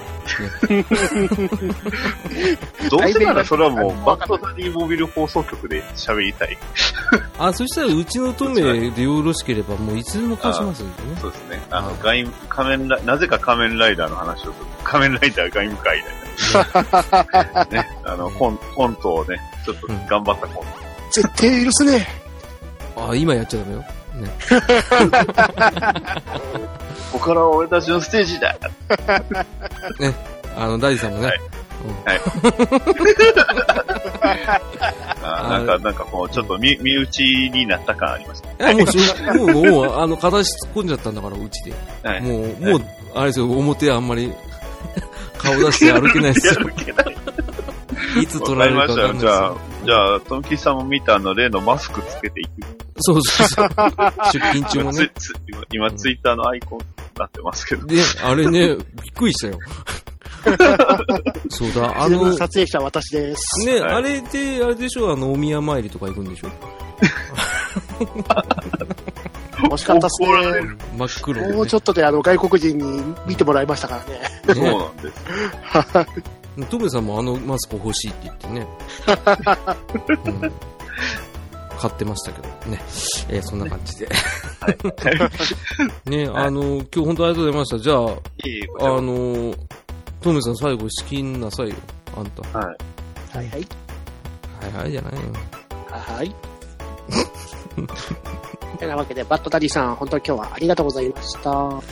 どうせならそれはもう、バッドダディモビル放送局で喋りたい。あ、そしたら、うちのトメでよろしければ、もういつでも返しますんでね。そうですね。あの、外務、仮面ライ、なぜか仮面ライダーの話をする。仮面ライダー外務会で。 ね、あの、コンコントをね、ちょっと頑張ったコント。絶対許すね。あ、今やっちゃダメよ。ね。ここからは俺たちのステージだあの、ダディさんもね。はいあなんあか、なんかこう、ちょっと身身内になった感ありました。いや、もうしょうが、もう、もう、あの、片足突っ込んじゃったんだから、うちで。はい。もう、もう、あれですよ、表あんまり、顔出して歩けないですやよ。る気ない。いつ取わられかりるかましわかんたなよ。いでじすゃあよ。、じゃあ、トンキさんも見たあの例のマスクつけていく。そうそうそう。出勤中も今、ね。ツイ今今ツイッターのアイコンになってますけど。で、あれね、びっくりしたよ。そうだ、ああの、の、撮影した私です。ね、はいあれで、あれでしょ、あの、お宮参りとか行くんでしょ。惜しかったっす怒られね。る。真っ黒で、ね。もうちょっとであの、外国人に見てもらいましたからね。そうねなん です。トムさんもあのマスク欲しいって言ってね。うん買ってましたけどね。えーそんな感じで。ね、あの、今日本当ありがとうございました。じゃあ、いいこあとのトムさん最後資金なさいよ。あんた。はいはい。はいはいじゃないよ。 はい。てなわけで、バッドダディさん、本当に今日はありがとうございました。は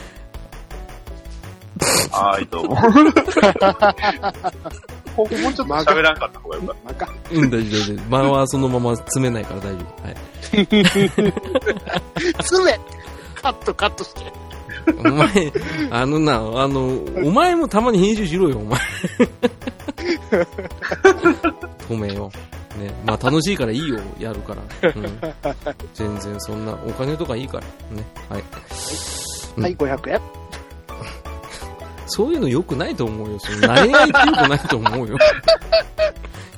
はい、ど うも。ここもうちょっと喋らんかった方がよかっうん、大丈夫大丈夫。間はそのまま詰めないから大丈夫。はい。すべカットカットして。お前、あのな、あの、お前もたまに編集しろよ、お前。止めよ。ね。まあ楽しいからいいよ、やるから。うん、全然そんな、お金とかいいから。ね。はい。うんはい、500円。そういうの良くないと思うよ。その、なれないって良くないと思うよ。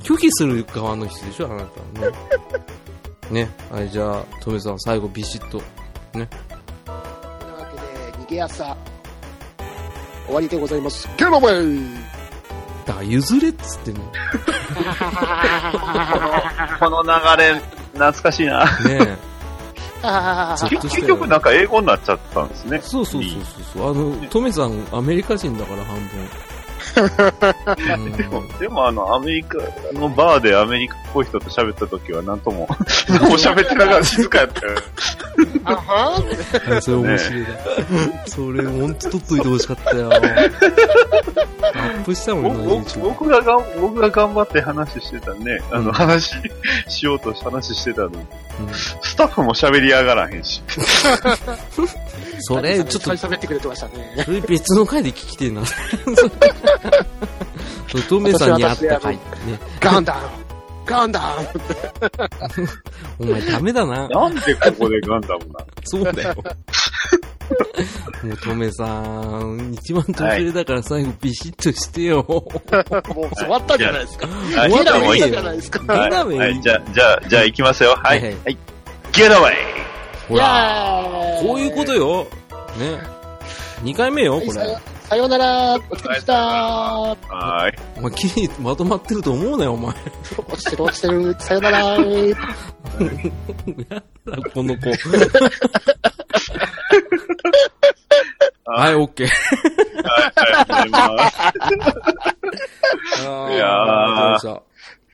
拒否する側の人でしょ、あなたはね。ね。はい、じゃあ、トメさん、最後ビシッとと。いうわけで、逃げ朝、終わりでございます。ゲロ ウェイだから譲れっつってんの。ね この流れ、懐かしいな。え。あずっとして結局なんか英語になっちゃったんですね。そうそうそうそうそう。あの、トメさん、アメリカ人だから半分。うんでも、でもあの、アメリカのバーでアメリカっぽい人と喋った時はなんとも、何も喋ってながら静かやったよ。あはーあそれ面白いね。それ、ほんと取っといてほしかったよ。アップしたもんな、僕 YouTube。僕ががん僕が頑張って話してたね。あうんの、話しようとして話してたのに、うんスタッフも喋りやがらへんし。それ、ちょっと二人喋ってくれてましたね。それ別の回で聞きてえ な。そうトメさんに会った回。ね、ガンダムガンダムお前ダメだな。なんでここでガンダムなそうだ よ。もうトメさん、一番年上だから最後ビシッとしてよ。もう終わったじゃないですか。の終わゲラったウ方ェがイいいしたよじゃないですか。ゲラウェイはい、じゃあ、じゃあ、じゃあ行きますよ。はい。ははいい。ゲットアウェイほら、イエーイこういうことよ。ね。2回目よ、はこいされよ。さようなら、お疲れでした。はーい。お前、きりまとまってると思うなよ、お前。落ちてる落ちてる、さよなら。この子。ははい、オッケー。はい、ありがとうございます。あーいやーわかりました